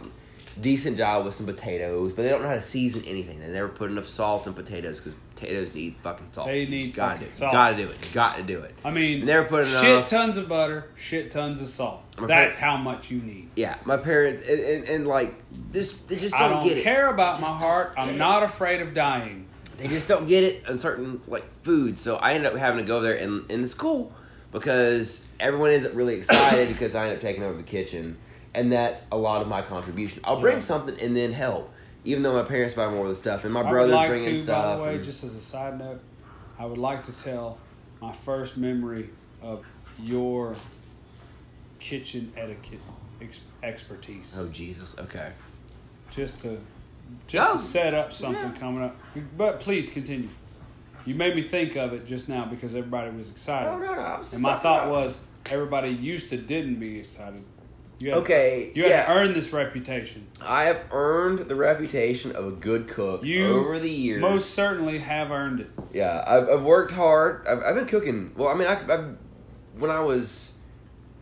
S2: decent job with some potatoes, but they don't know how to season anything. They never put enough salt in potatoes because potatoes need fucking salt.
S1: They
S2: You just
S1: need
S2: gotta
S1: fucking
S2: do it.
S1: salt.
S2: Gotta do it. You Gotta do it.
S1: I mean,
S2: Never put
S1: shit
S2: enough.
S1: tons of butter, shit tons of salt.
S2: uh, Okay.
S1: That's how much you need.
S2: Yeah, my parents, and, and, and like, just, they just
S1: I
S2: don't
S1: don't
S2: get it.
S1: care about my heart. I'm not afraid of dying.
S2: they just don't get it on certain like food. So I ended up having to go there and and it's cool because everyone isn't really excited because I end up taking over the kitchen and that's a lot of my contribution. I'll bring something and then help, even though my parents buy more of the stuff and my
S1: I would
S2: brother's
S1: like
S2: bringing
S1: to,
S2: stuff.
S1: By the way,
S2: and-
S1: just as a side note, I would like to tell my first memory of your kitchen etiquette ex- expertise.
S2: oh Jesus, okay.
S1: Just to just
S2: Oh,
S1: to set up something
S2: yeah.
S1: coming up. But please continue. You made me think of it just now because everybody was excited.
S2: Oh, No, no, no. I was just
S1: And my
S2: talking
S1: thought
S2: about-
S1: was everybody used to didn't be excited. You had,
S2: Okay,
S1: You had
S2: yeah.
S1: to earn this reputation.
S2: I have earned the reputation of a good cook
S1: You
S2: over the years.
S1: Most certainly have earned it.
S2: Yeah, I've, I've worked hard. I've, I've been cooking. Well, I mean, I, I've, when I was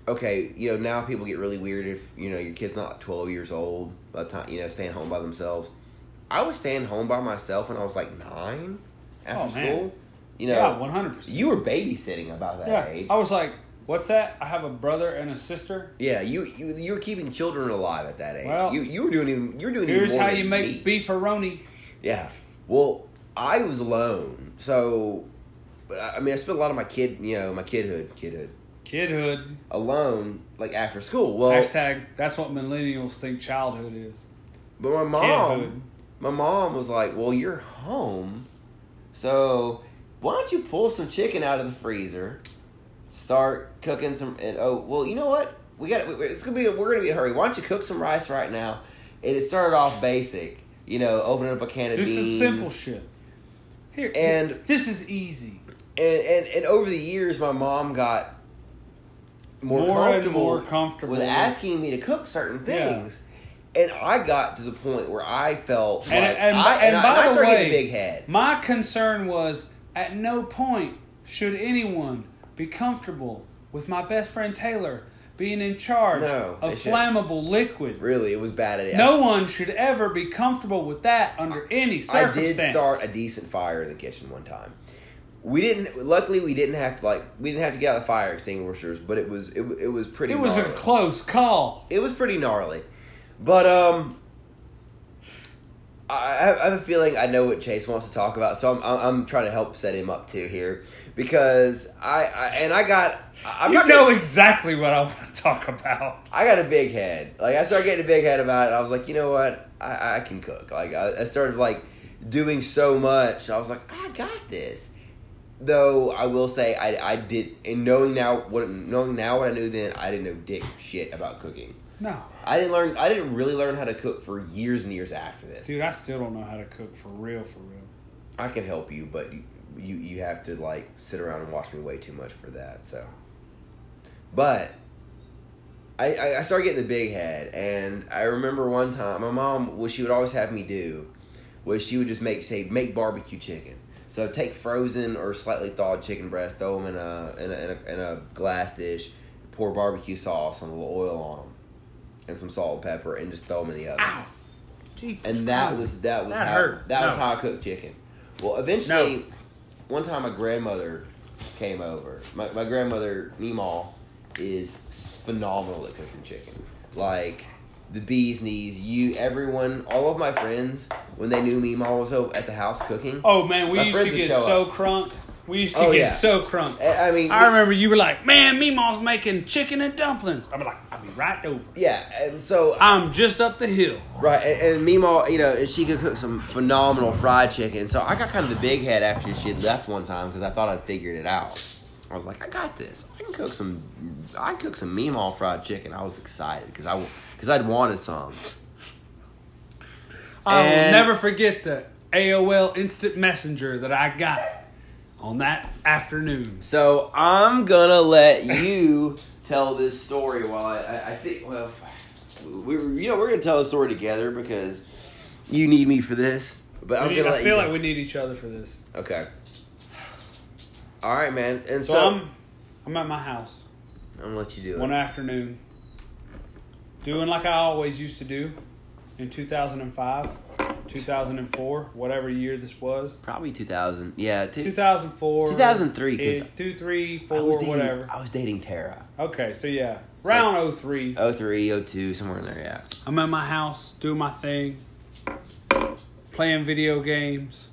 S2: okay, you know, now people get really weird if you know your kid's not twelve years old by the time you know staying home by themselves. I was staying home by myself when I was like nine after
S1: Oh, man.
S2: school. You know,
S1: yeah, one hundred percent.
S2: you were babysitting about that
S1: Yeah, Oh.
S2: age.
S1: I was like, "What's that? I have a brother and a sister."
S2: yeah, you, you you were keeping children alive at that age.
S1: Well,
S2: you you were doing even you were doing even
S1: Here's
S2: more
S1: how
S2: than
S1: you
S2: me.
S1: make beefaroni.
S2: Yeah. Well, I was alone, so but I I mean, I spent a lot of my kid, you know, my kidhood, kidhood,
S1: Kidhood.
S2: alone, like after school. Well,
S1: Hashtag. That's what millennials think childhood is.
S2: but my mom,
S1: Kidhood.
S2: my mom was like, "Well, you're home, so why don't you pull some chicken out of the freezer, start cooking some? And oh, well, you know what? We got it's gonna be a, we're gonna be in a hurry. Why don't you cook some rice right now?" And it started off basic, you know, opening up a can of
S1: Do some
S2: beans.
S1: simple shit. Here.
S2: And-
S1: this is easy.
S2: and and and over the years, my mom got more,
S1: More and
S2: comfortable,
S1: more comfortable
S2: with
S1: with-
S2: asking me to cook certain
S1: Yeah.
S2: things. And I got to the point where I felt
S1: And-
S2: like
S1: and-
S2: I,
S1: and
S2: and I,
S1: by
S2: and I
S1: the
S2: started getting a
S1: way-
S2: big head.
S1: My concern was at no point should anyone be comfortable with my best friend Taylor being in charge
S2: No,
S1: of
S2: they shouldn't.
S1: flammable liquid.
S2: Really, it was bad at it.
S1: No one should ever be comfortable with that under any
S2: I
S1: circumstance.
S2: did start a decent fire in the kitchen one time. We didn't. Luckily, we didn't have to like we didn't have to get out the fire extinguishers, but it was it, w- it was pretty.
S1: It was a
S2: gnarly.
S1: close call.
S2: it was pretty gnarly. But um, I, I have- I have a feeling I know what Chase wants to talk about, so I'm I'm, I'm trying to help set him up too here because I, I and I got I- I'm
S1: you
S2: not
S1: know
S2: gonna-
S1: exactly what I want to talk about.
S2: I got a big head. Like I started getting a big head about it. I was like, you know what, I, I can cook. Like I, I started like doing so much. I was like, I got this. Though I will say I, I did and knowing now what knowing now what I knew then I didn't know dick shit about cooking.
S1: No,
S2: I didn't learn. I didn't really learn how to cook for years and years after this.
S1: dude, I still don't know how to cook for real, for real.
S2: I can help you, but you, you you have to like sit around and watch me way too much for that. So, but I I, I started getting the big head, and I remember one time my mom what she would always have me do was she would just make say make barbecue chicken. So take frozen or slightly thawed chicken breast, throw them in a in a, in a, in a glass dish, pour barbecue sauce and a little oil on them, and some salt and pepper, and just throw them in the oven
S1: Ow. Jesus
S2: and that
S1: Christ.
S2: was that was
S1: Oh, That
S2: how
S1: hurt.
S2: that was
S1: No.
S2: how I cooked chicken. Well, eventually, one time my grandmother came over. My my grandmother Nemaw is phenomenal at cooking chicken. Like the bees knees. You everyone, all of my friends when they knew Nemaw was o- at the house cooking.
S1: Oh man, we
S2: My
S1: used
S2: friends
S1: to
S2: would
S1: get
S2: show
S1: so crunk. We used to
S2: Oh,
S1: get
S2: yeah.
S1: so crunk.
S2: I I mean,
S1: I remember you were like, "Man, Mima's making chicken and dumplings." I'm like, "I'll be right over.
S2: yeah, and so
S1: I'm just up the hill."
S2: Right, and, and Meemaw, you know, and she could cook some phenomenal fried chicken. So I got kind of the big head after she had left one time because I thought I'd figured it out. I was like, I got this. I can cook some. I can cook some Meemaw fried chicken. I was excited because I because I'd wanted some.
S1: I will
S2: And-
S1: never forget the AOL Instant Messenger that I got on that afternoon.
S2: So I'm gonna let you tell this story while I, I, I think. Well, we we- you know we're gonna tell the story together because you need me for this. But I'm
S1: We need-
S2: gonna
S1: I
S2: let
S1: feel
S2: you.
S1: like we need each other for this.
S2: okay. All right, man. And
S1: So,
S2: so
S1: I'm, I'm at my house
S2: I'm gonna let you do it.
S1: one afternoon, doing like I always used to do in 2005, 2004, whatever year this was.
S2: Probably 2000. Yeah, two,
S1: 2004,
S2: 2003, 'cause
S1: eh, two, three,
S2: I
S1: four,
S2: was dating,
S1: whatever.
S2: I was dating Tara.
S1: Okay, so yeah, round 03.
S2: 03, 02, somewhere in there, yeah.
S1: I'm at my house doing my thing, playing video games.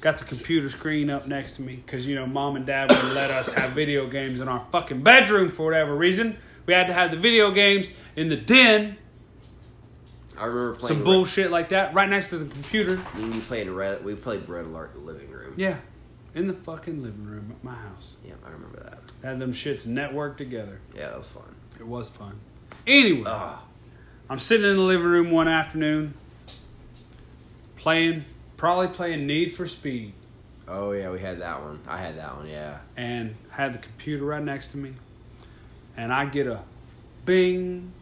S1: Got the computer screen up next to me because you know mom and dad wouldn't let us have video games in our fucking bedroom for whatever reason. We had to have the video games in the den,
S2: I remember playing
S1: some
S2: Red-
S1: bullshit like that, right next to the computer.
S2: I mean, we played red. We played red alert in the living room.
S1: Yeah, in the fucking living room at my house.
S2: Yeah, I remember that.
S1: Had them shits networked together.
S2: Yeah, that was fun.
S1: It was fun. Anyway,
S2: Ah,
S1: I'm sitting in the living room one afternoon, playing, probably playing Need for Speed,
S2: oh yeah, we had that one. I had that one. Yeah.
S1: and had the computer right next to me, and I get a bing.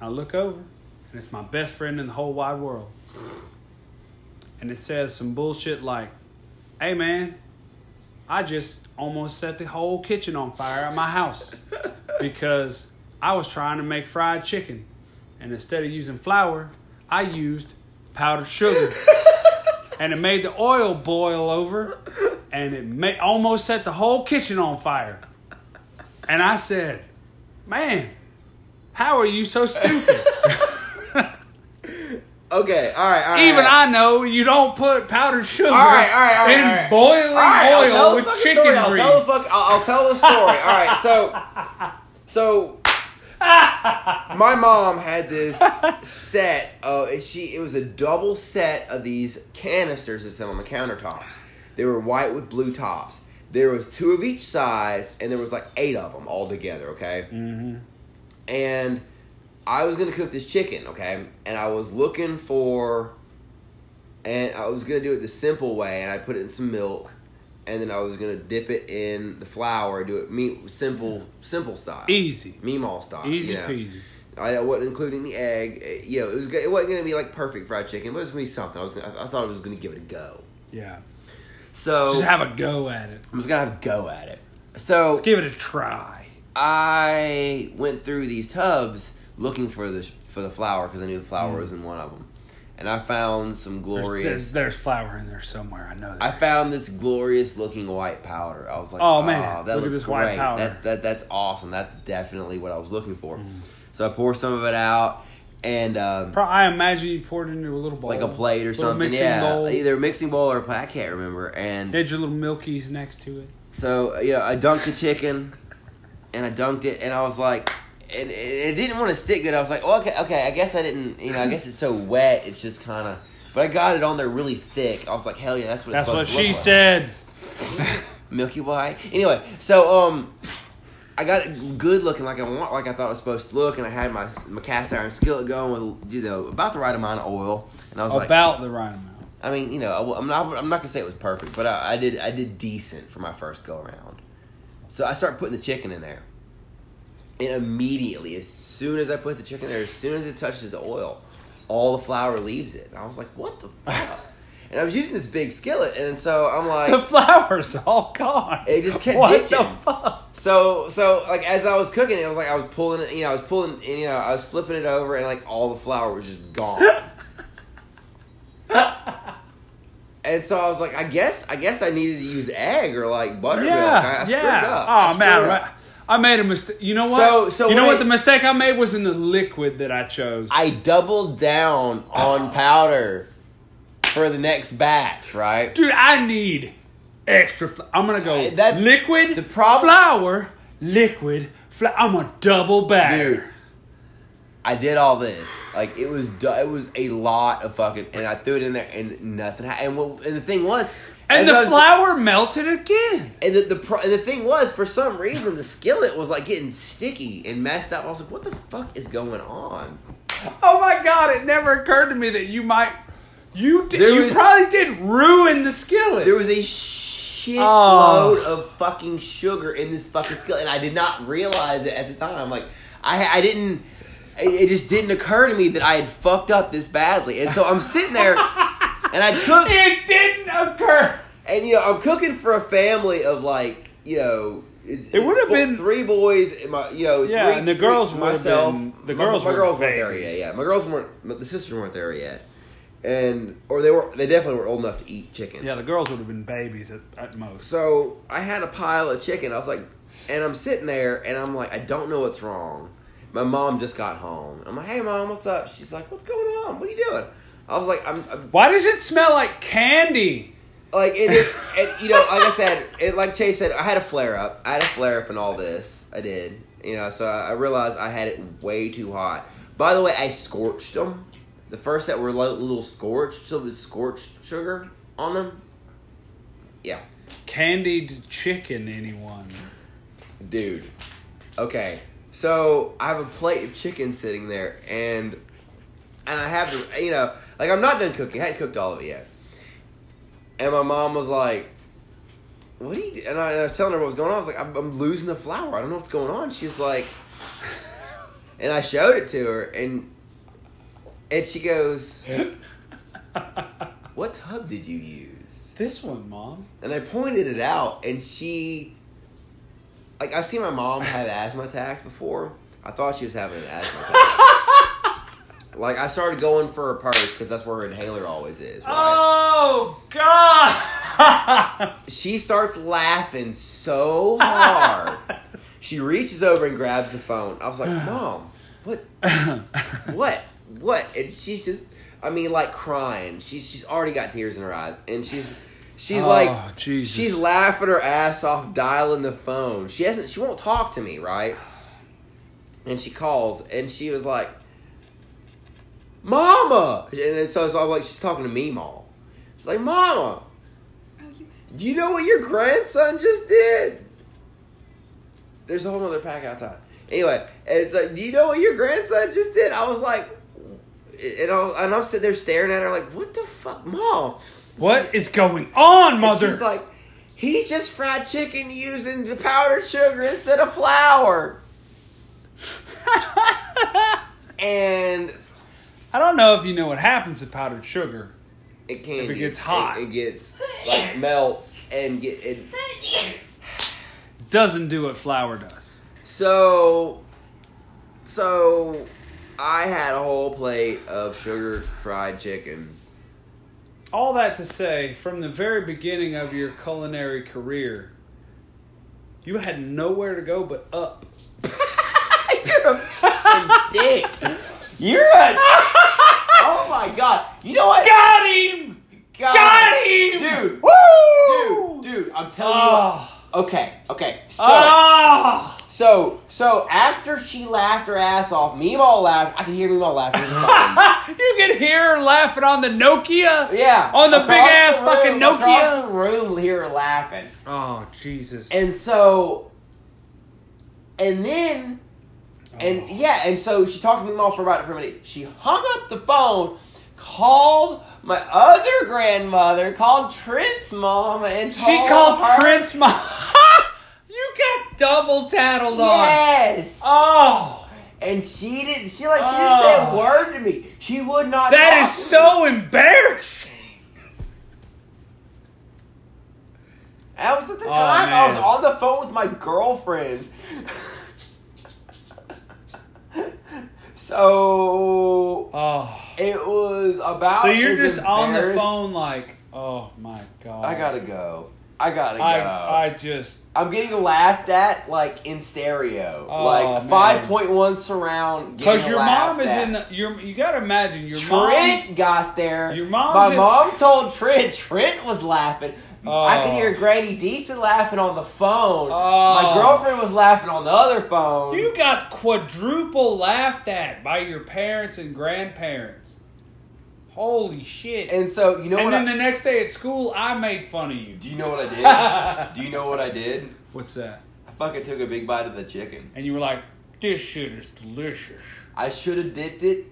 S1: I look over, and it's my best friend in the whole wide world, and it says some bullshit like, "Hey man, I just almost set the whole kitchen on fire at my house." because I was trying to make fried chicken, and instead of using flour, I used powdered sugar, and it made the oil boil over, and it ma- almost set the whole kitchen on fire. And I said, "Man, how are you so stupid?
S2: Okay. All right. All right.
S1: Even I know you don't put powdered sugar
S2: All right, all right, all right,
S1: in
S2: all right.
S1: boiling
S2: I'll tell the
S1: oil with
S2: fucking
S1: chicken
S2: story.
S1: grease."
S2: I'll tell the fuck. I'll, I'll tell the story. All right, so, so my mom had this set. Of, she it was a double set of these canisters that sat on the countertops. They were white with blue tops. There was two of each size, and there was like eight of them all together. Okay
S1: Mm-hmm.
S2: and I was gonna cook this chicken, okay? And I was looking for, and I was gonna do it the simple way, and I put it in some milk, and then I was gonna dip it in the flour, do it meat simple, simple style,
S1: Easy,
S2: meatball style,
S1: easy
S2: you know?
S1: peasy.
S2: I wasn't including the egg. It- you know, it was go- it wasn't gonna be like perfect fried chicken, but it was gonna be something. I was gonna, I thought I was gonna give it a go.
S1: Yeah,
S2: So
S1: just have a go at it.
S2: I was gonna have a go at it. So
S1: Let's give it a try.
S2: I went through these tubs looking for the for the flour because I knew the flour was in one of them, and I found some
S1: Mm. There's, there's,
S2: glorious.
S1: there's flour in there somewhere. I know that.
S2: I found this glorious looking white powder. I was like,
S1: Oh,
S2: "Oh,
S1: man,
S2: that
S1: look at
S2: looks
S1: this
S2: great.
S1: white powder." Mm.
S2: That, that that's awesome. That's definitely what I was looking for." So I pour some of it out, and um,
S1: Pro- I imagine you poured it into a little bowl,
S2: like a plate or
S1: little
S2: something.
S1: mixing
S2: Yeah,
S1: bowl.
S2: either a mixing bowl or a plate. I can't remember. And
S1: Did your little milkies next to it?
S2: So uh, you know, I dunked the chicken, and I dunked it, and I was like, and it, it didn't want to stick good. I was like, oh, okay, okay, I guess I didn't, you know, I guess it's so wet, it's just kind of. But I got it on there really thick. I was like, hell yeah, that's what.
S1: That's
S2: it's
S1: what
S2: supposed to
S1: she
S2: look
S1: said.
S2: like. Milky Way. Anyway, so um, I got it good looking like I want, like I thought it was supposed to look, and I had my my cast iron skillet going with you know about the right amount of oil, and I was like,
S1: About the right amount.
S2: I mean, you know, I, am not. I'm not gonna say it was perfect, but I, I did. I did decent for my first go around. So I started putting the chicken in there, and immediately, as soon as I put the chicken there, as soon as it touches the oil, all the flour leaves it. And I was like, "What the fuck?" and I was using this big skillet, and so I'm
S1: The
S2: like,
S1: flour's all gone.
S2: It just kept
S1: what
S2: ditching.
S1: the fuck?
S2: so so like as I was cooking, it was like I was pulling it. You know, I was pulling. And, you know, I was flipping it over, and like all the flour was just gone. And so I was like, I guess, I guess I needed to use egg or like buttermilk. I, I
S1: yeah,
S2: screwed it up. I
S1: yeah. Oh
S2: screwed
S1: man,
S2: it
S1: I,
S2: up.
S1: I made a mistake. You know what?
S2: So- so
S1: you know what
S2: wait.
S1: the mistake I made was in the liquid that I chose.
S2: I doubled down on powder for the next batch, right?
S1: Dude, I need extra. Fl- I'm gonna go
S2: I- that's-
S1: liquid
S2: the problem-
S1: flour, liquid flour. I'm a double batter.
S2: Dude. I did all this. Like it was, du- it was a lot of fucking, and I threw it in there, and nothing. happened. And what, and the thing was,
S1: And
S2: as
S1: the
S2: I was-
S1: flour melted again.
S2: And the, the pro- and the thing was, for some reason, the skillet was like getting sticky and messed up. I was like, "What the fuck is going on?"
S1: Oh my god! It never occurred to me that you might. You did,
S2: There
S1: you
S2: was-
S1: probably did ruin the skillet.
S2: There was a shitload
S1: Oh.
S2: of fucking sugar in this fucking skillet, and I did not realize it at the time. Like, I, I didn't. It, it just didn't occur to me that I had fucked up this badly, and so I'm sitting there, and I cook,
S1: it didn't occur.
S2: and you know, I'm cooking for a family of like, you know. It's,
S1: It would have
S2: four-
S1: been-
S2: three boys. And my, you know,
S1: Yeah,
S2: three,
S1: and the
S2: three-
S1: girls would have
S2: myself.
S1: been- the
S2: my-
S1: girls
S2: my,
S1: were
S2: girls weren't there
S1: babies.
S2: yet. Yeah, my girls weren't. But the sisters weren't there yet, and or they were. They definitely were old enough to eat chicken.
S1: Yeah, the girls would have been babies at, at most.
S2: So I had a pile of chicken. I was like, and I'm sitting there, and I'm like, I don't know what's wrong. My mom just got home. I'm like, hey mom, what's up? She's like, what's going on? What are you doing? I was like, I'm, I'm
S1: Why does it smell like candy?
S2: like it, it, it you know like i said it like chase said i had a flare up i had a flare up in all this i did you know so i I realized i had it way too hot by the way i scorched them the first that were lo- little scorched so it was scorched sugar on them yeah
S1: Candied chicken, anyone?
S2: dude okay so i have a plate of chicken sitting there and and i have to you know like i'm not done cooking i hadn't cooked all of it yet and my mom was like what do you do? And, I, and I was telling her what was going on. I was like, I'm, I'm losing the flour. I don't know what's going on. She was like, and I showed it to her, and and she goes, "What tub did you use?"
S1: this one, mom.
S2: and I pointed it out, and she, like, I've seen my mom have asthma attacks before. I thought she was having an asthma attack. like, I started going for her purse because that's where her inhaler always is. Right?
S1: Oh God!
S2: She starts laughing so hard. she reaches over and grabs the phone. I was like, Mom, what? what what and she's just i mean like crying she's she's already got tears in her eyes and she's she's
S1: Oh,
S2: like
S1: Jesus.
S2: she's laughing her ass off dialing the phone she hasn't she won't talk to me right and she calls and she was like mama and then so, so i'm like she's talking to me mom she's like mama
S3: Oh, you
S2: do you know what your grandson just did? There's a whole other pack outside. Anyway, and so do you know what your grandson just did? I was like, and, i and I'm sitting there staring at her like, what the fuck, mom?
S1: What is going on,
S2: And
S1: mother?
S2: She's like, he just fried chicken using the powdered sugar instead of flour. and
S1: I don't know if you know what happens to powdered sugar.
S2: it can
S1: If it
S2: get-
S1: gets hot.
S2: It, it gets like melts and get and
S1: Doesn't do what flour does.
S2: So, so I had a whole plate of sugar fried chicken.
S1: All that to say, from the very beginning of your culinary career, you had nowhere to go but up.
S2: You're a fucking dick. You're a. Oh my god! You know what?
S1: Got him!
S2: God.
S1: Got him!
S2: dude.
S1: Woo!
S2: Dude, dude, I'm telling
S1: Oh,
S2: you. What, okay, okay.
S1: Ah.
S2: So,
S1: oh.
S2: so, so after she laughed her ass off, Meemaw laughed. I can hear Meemaw laughing. in the phone.
S1: you can hear her laughing on the Nokia.
S2: Yeah.
S1: On the
S2: across
S1: big-ass
S2: room-
S1: fucking Nokia.
S2: Across the room, hear her laughing.
S1: Oh Jesus!
S2: And so, and then,
S1: Oh.
S2: and yeah, and so she talked to me mom for about it for a minute. She hung up the phone, called my other grandmother, called Trent's mom, and
S1: she called Prince mom. you got double tattled on.
S2: Yes,
S1: Oh,
S2: and she didn't. She like she didn't say a
S1: Oh.
S2: word to me. She would not.
S1: that
S2: talk
S1: is
S2: to me.
S1: so embarrassing.
S2: That was at the
S1: Oh,
S2: time I was
S1: man.
S2: on the phone with my girlfriend. so
S1: Oh,
S2: It was about.
S1: so you're
S2: as
S1: just on the
S2: embarrassed-
S1: phone like, oh my god.
S2: I gotta go. I gotta
S1: I
S2: go.
S1: I just
S2: I'm getting laughed at like in stereo,
S1: Oh,
S2: like
S1: man.
S2: 5.1 surround.
S1: because
S2: getting
S1: your
S2: laughed
S1: mom is
S2: at.
S1: in the your you gotta imagine your
S2: Trent got there.
S1: Your mom's
S2: My
S1: in-
S2: mom told Trent. Trent was laughing. I could
S1: Oh.
S2: hear Granny Decent laughing on the phone. My
S1: Oh.
S2: girlfriend was laughing on the other phone.
S1: mom. You got quadruple laughed at by your parents and grandparents. Holy shit!
S2: and so you know
S1: and
S2: what?
S1: then
S2: I,
S1: the next day at school, I made fun of you.
S2: do you know what I did? do you know what I did?
S1: What's that?
S2: I fucking took a big bite of the chicken.
S1: And you were like, this shit is delicious.
S2: I should have dipped it,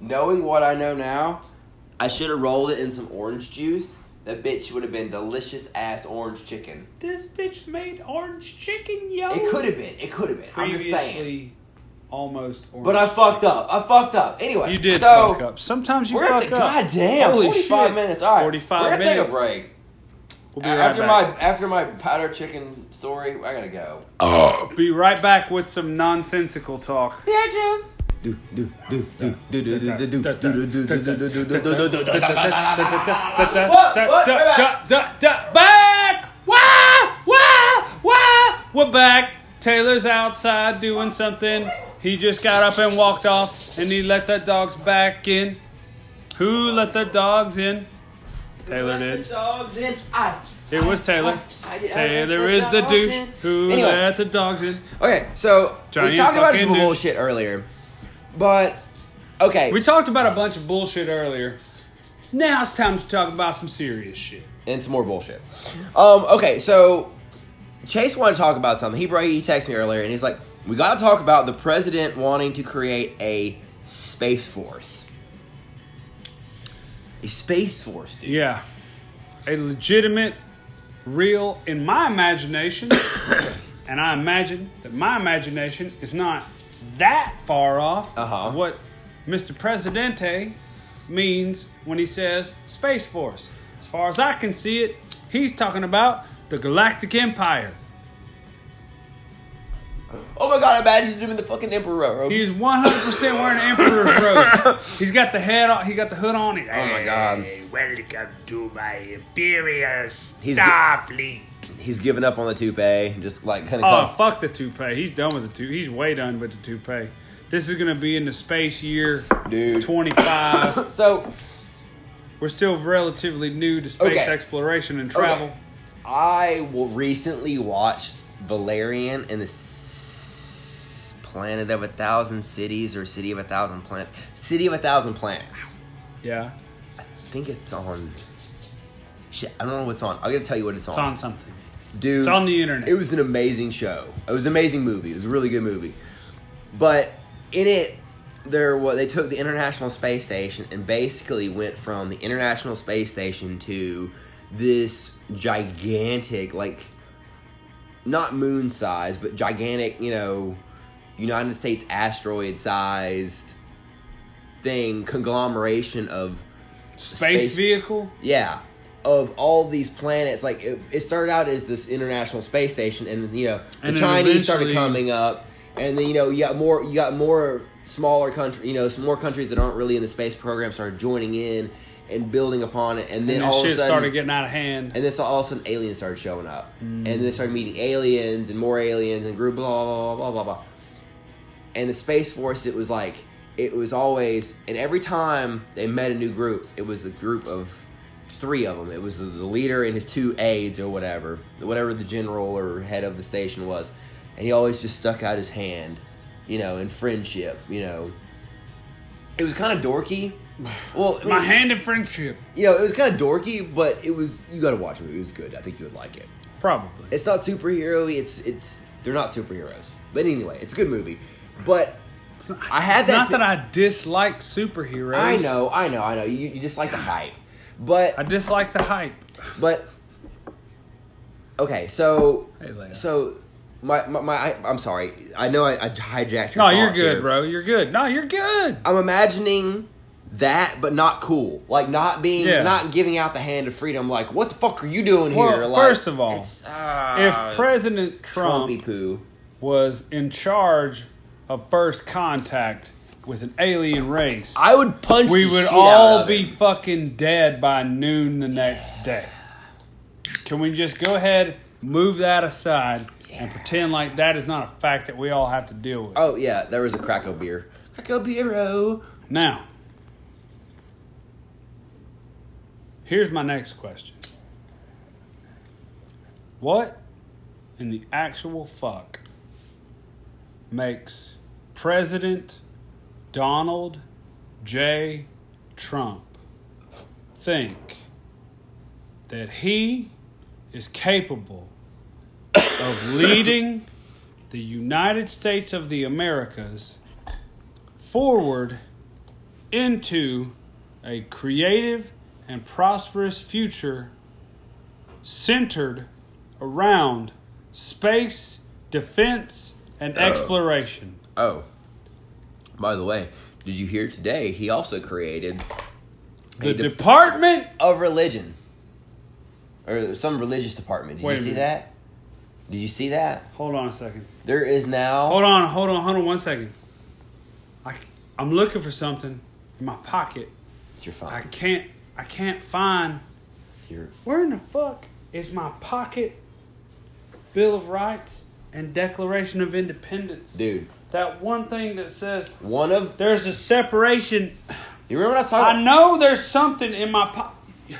S2: knowing what I know now. I should have rolled it in some orange juice. That bitch would have been delicious ass orange chicken.
S1: This bitch made orange chicken, yo.
S2: It could have been. It could have been. I'm just
S1: Previously,
S2: saying.
S1: almost orange.
S2: But I fucked up. I fucked up. Anyway,
S1: You did
S2: so
S1: fuck up. Sometimes you
S2: We're
S1: fuck
S2: at
S1: up.
S2: the goddamn
S1: Holy
S2: 45
S1: shit.
S2: minutes. All right,
S1: 45
S2: we're gonna
S1: minutes.
S2: take a break.
S1: We'll be
S2: A-
S1: right
S2: after
S1: back.
S2: my after my powder chicken story, I gotta go.
S1: Be right back with some nonsensical talk.
S3: Bitches.
S1: Back! Wah! Wah! Wah! We're back. Taylor's outside doing something. He just got up and walked off, and he let the dogs back in. Who let the dogs in? Taylor
S2: let
S1: did.
S2: The dogs in. I,
S1: It
S2: I-
S1: was Taylor.
S2: I- I- I let
S1: Taylor
S2: the
S1: is the
S2: dogs
S1: douche
S2: in.
S1: who
S2: Anyway.
S1: let the dogs in.
S2: Okay, so
S1: Johnny,
S2: we talked
S1: you
S2: about
S1: fucking
S2: Super Bowl
S1: douche.
S2: shit earlier, but okay,
S1: We talked about a bunch of bullshit earlier. Now it's time to talk about some serious shit.
S2: and some more bullshit. Um, okay, so Chase wanted to talk about something. He brought he texted me earlier, and he's like, "We got to talk about the president wanting to create a space force, a space force, dude."
S1: Yeah. A legitimate, real, in my imagination, and I imagine that my imagination is not that far off
S2: Uh-huh.
S1: what Mr. Presidente means when he says Space Force. As far as I can see it, he's talking about the Galactic Empire.
S2: Oh my god! Imagine doing the fucking emperor.
S1: He's 100% wearing an emperor's robe. He's got the head on, he got the hood on. He's,
S2: Oh my God.
S1: "Hey, welcome to my imperial
S2: He's-
S1: Starfleet.
S2: He's giving up on the toupee, and just like kind
S1: Oh
S2: of.
S1: fuck the toupee! He's done with the toupee. He's way done with the toupee. This is gonna be in the space year
S2: Dude.
S1: twenty five.
S2: so
S1: We're still relatively new to space
S2: Okay.
S1: exploration and travel.
S2: Okay. I w- recently watched Valerian and the s- Planet of a Thousand Cities or City of a Thousand Planets. City of a Thousand Planets.
S1: Yeah,
S2: I think it's on. Shit, I don't know what's on. I'm gonna tell you what it's on.
S1: it's on something.
S2: Dude,
S1: it's on the internet.
S2: It was an amazing show. It was an amazing movie. It was a really good movie. But in it, there what they took the International Space Station and basically went from the International Space Station to this gigantic, like not moon sized, but gigantic, you know, United States asteroid sized thing conglomeration of
S1: Space,
S2: space-
S1: vehicle.
S2: yeah of all these planets like it, it started out as this international space station and you know the
S1: And then
S2: chinese started
S1: eventually-
S2: coming up and then you know you got more you got more smaller country you know some more countries that aren't really in the space program started joining in and building upon it and then
S1: And this
S2: all of a
S1: shit
S2: sudden
S1: started getting out of hand.
S2: and then so all of a sudden aliens started showing up and then they started meeting aliens and more aliens and grew blah blah blah blah blah blah and the space force it was like it was always and every time they met a new group it was a group of three of them it was the, the leader and his two aides or whatever whatever the general or head of the station was and he always just stuck out his hand you know in friendship you know it was kind of dorky well I
S1: My
S2: mean-
S1: hand in friendship,
S2: you know, it was kind of dorky, but it was you got to watch the movie. It was good. I think you would like it.
S1: probably.
S2: It's not superhero-y. It's it's they're not superheroes, but anyway, it's a good movie. But
S1: It's not,
S2: I had
S1: it's
S2: that
S1: Not
S2: thi-
S1: that I dislike superheroes.
S2: I know, I know, I know. You, you just like the hype, but
S1: I dislike the hype.
S2: but okay. So
S1: Hey, Leia.
S2: so my my, my I, I'm sorry. I know I, I hijacked your.
S1: No, you're
S2: thoughts
S1: good,
S2: here.
S1: bro. You're good. No, you're good.
S2: I'm imagining that, but not cool. Like not being,
S1: Yeah.
S2: not giving out the hand of freedom. Like, what the fuck are you doing
S1: Well,
S2: here? Like,
S1: first of all,
S2: it's, uh,
S1: if President Trump
S2: Trumpy poo.
S1: was in charge of first contact with an alien race,
S2: I would punch.
S1: we
S2: the
S1: would
S2: shit out
S1: all
S2: of
S1: be
S2: him.
S1: fucking dead by noon the next day. Can we just go ahead, move that aside, and pretend like that is not a fact that we all have to deal with?
S2: Oh yeah, there was a Krakow beer. Krakow beero.
S1: Now, here's my next question What in the actual fuck makes President Donald J. Trump think that he is capable of leading the United States of the Americas forward? into a creative and prosperous future centered around space, defense, and exploration.
S2: Oh, by the way, did you hear today? He also created
S1: The
S2: a de-
S1: Department
S2: of religion, or some religious department. Did
S1: Wait a
S2: you see
S1: minute.
S2: that? Did you see that?
S1: Hold on a second.
S2: There is now.
S1: Hold on, hold on, hold on one second. I I'm looking for something in my pocket.
S2: It's your phone.
S1: I can't I can't find
S2: Your-
S1: where in the fuck is my pocket Bill of Rights and Declaration of Independence?
S2: dude.
S1: That one thing that says
S2: One of
S1: There's a separation.
S2: you remember what I was talking?
S1: I know there's something in my pocket.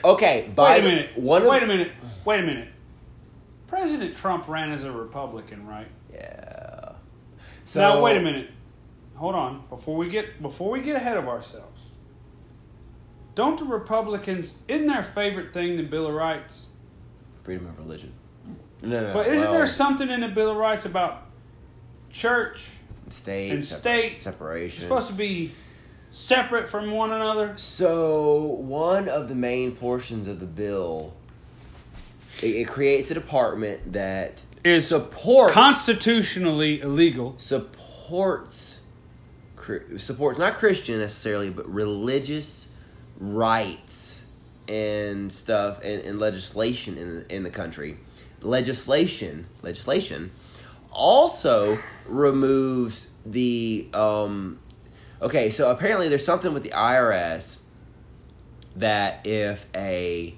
S2: Okay,
S1: Wait
S2: Biden.
S1: a minute.
S2: One of,
S1: Wait a minute. Wait a minute. President Trump ran as a Republican, right?
S2: Yeah.
S1: now wait a minute. Hold on. Before we get before we get ahead of ourselves. Don't the Republicans isn't their favorite thing the Bill of Rights?
S2: Freedom of religion. No, no.
S1: But isn't
S2: well,
S1: there something in the Bill of Rights about church
S2: state
S1: and
S2: separ-
S1: state-
S2: separation?
S1: is supposed to be separate from one another?
S2: So one of the main portions of the bill, it, it creates a department that
S1: Is
S2: supports
S1: Constitutionally illegal.
S2: supports Chri- supports not Christian necessarily, but religious rights and stuff and, and legislation in in the country. Legislation, legislation, also removes the. Um, okay, so apparently there's something with the IRS that if a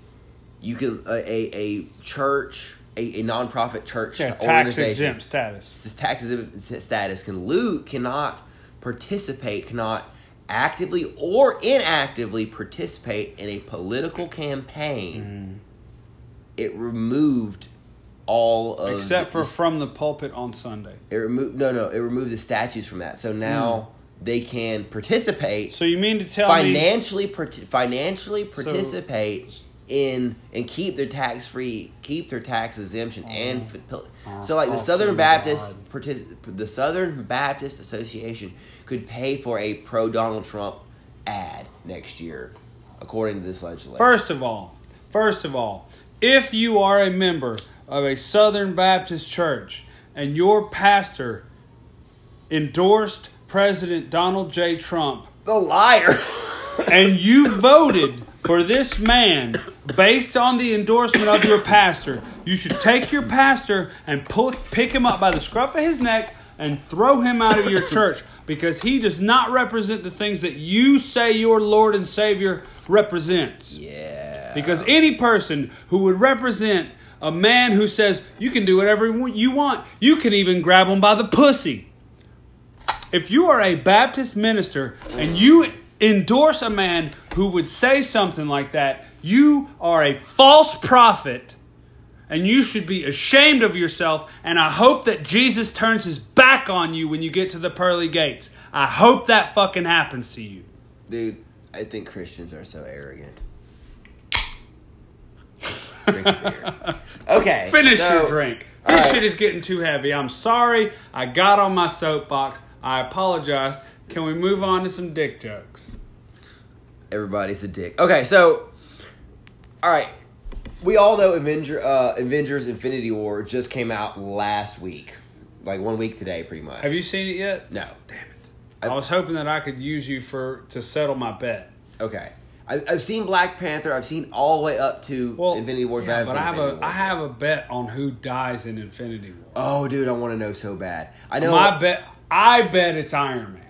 S2: you can a a, a church a, a nonprofit church
S1: Yeah, tax
S2: organization-
S1: exempt status.
S2: the tax exempt status can loot cannot participate cannot actively or inactively participate in a political
S1: Mm.
S2: campaign it removed all of
S1: Except for
S2: the-
S1: from the pulpit on Sunday.
S2: it removed no no it removed the statutes from that so now
S1: Hmm.
S2: they can participate
S1: So you mean to tell me
S2: financially parti- financially participate in and keep their tax free keep their tax exemption and
S1: Oh.
S2: f- pil- so like the Southern
S1: fucking
S2: Baptist partic- the Southern Baptist Association could pay for a pro Donald Trump ad next year according to this legislation.
S1: First of all, first of all, if you are a member of a Southern Baptist church and your pastor endorsed President Donald J. Trump
S2: the liar
S1: and you voted for this man based on the endorsement of your pastor, you should take your pastor and pull, pick him up by the scruff of his neck and throw him out of your church because he does not represent the things that you say your Lord and Savior represents.
S2: yeah
S1: Because any person who would represent a man who says, you can do whatever you want, you can even grab him by the pussy. If you are a Baptist minister and you endorse a man who would say something like that, you are a false prophet and you should be ashamed of yourself. And I hope that Jesus turns his back on you when you get to the pearly gates. I hope that fucking happens to you.
S2: dude I think Christians are so arrogant Drink a beer. Okay.
S1: Finish
S2: so-
S1: your drink. This
S2: right.
S1: shit is getting too heavy. I'm sorry. I got on my soapbox. I apologize. Can we move on to some dick jokes?
S2: everybody's a dick. Okay, so all right, we all know Avenger, uh, Avengers: Infinity War just came out last week, like one week today, pretty much.
S1: Have you seen it yet?
S2: No.
S1: Damn it. I was hoping that I could use you for to settle my bet.
S2: Okay, I, I've seen Black Panther. I've seen all the way up to
S1: Well,
S2: Infinity War.
S1: yeah, but
S2: seen
S1: I have
S2: Infinity
S1: a
S2: War.
S1: I have a bet on who dies in Infinity War.
S2: Oh, dude, I want to know so bad. I know.
S1: My bet. I bet it's Iron Man.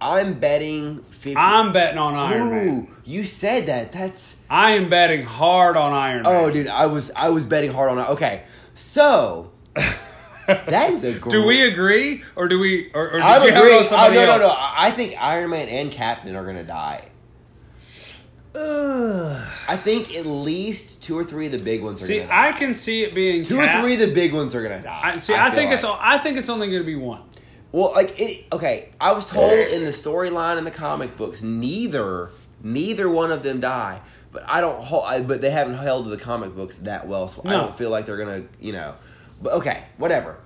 S2: I'm betting fifty.
S1: I'm betting on Iron Man.
S2: Ooh, you said that. That's
S1: I am betting hard on Iron Man.
S2: oh, dude. I was I was betting hard on it. Okay, so that is a great.
S1: Do we agree, or do we, or, or do
S2: I'm
S1: you have it on
S2: agreeing. Oh,
S1: somebody
S2: no, no,
S1: else?
S2: no. I I think Iron Man and Captain are gonna die. I think at least two or three of the big ones are
S1: See,
S2: gonna die.
S1: I can see it being
S2: two
S1: Cap.
S2: or three of the big ones are gonna die.
S1: I, see, I,
S2: feel
S1: think it's
S2: like.
S1: all, I think it's only going to be one.
S2: well, like it. Okay, I was told in the storyline in the comic books, neither neither one of them die. But I don't. Hold, I, but they haven't held to the comic books that well, so I
S1: No.
S2: don't feel like they're gonna. You know. But okay, whatever.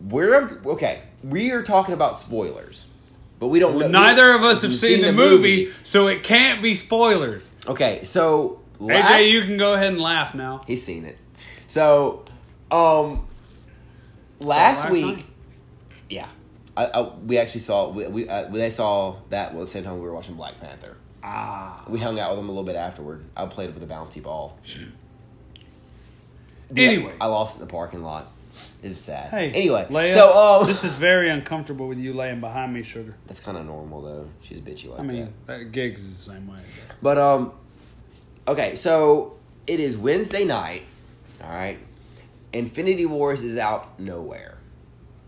S2: We're okay. We are talking about spoilers, but we don't. know,
S1: Neither
S2: we-
S1: of us have
S2: we've
S1: seen, the, movie, so it can't be spoilers.
S2: Okay, so last-
S1: AJ, you can go ahead and laugh now.
S2: He's seen it. So, um, last,
S1: last
S2: week,
S1: night?
S2: yeah, I, I, we actually saw we, we uh, they saw that was the same time we were watching Black Panther.
S1: Ah,
S2: We hung out with him a little bit afterward. I played with a bouncy ball. Yeah,
S1: anyway,
S2: I lost it in the parking lot. It was sad.
S1: hey,
S2: anyway,
S1: Leia,
S2: so um,
S1: this is very uncomfortable with you laying behind me, sugar.
S2: that's kind of normal though. She's bitchy like
S1: I mean,
S2: that.
S1: that gigs is the same way.
S2: But um, okay, so it is Wednesday night. All right, Infinity Wars is out nowhere.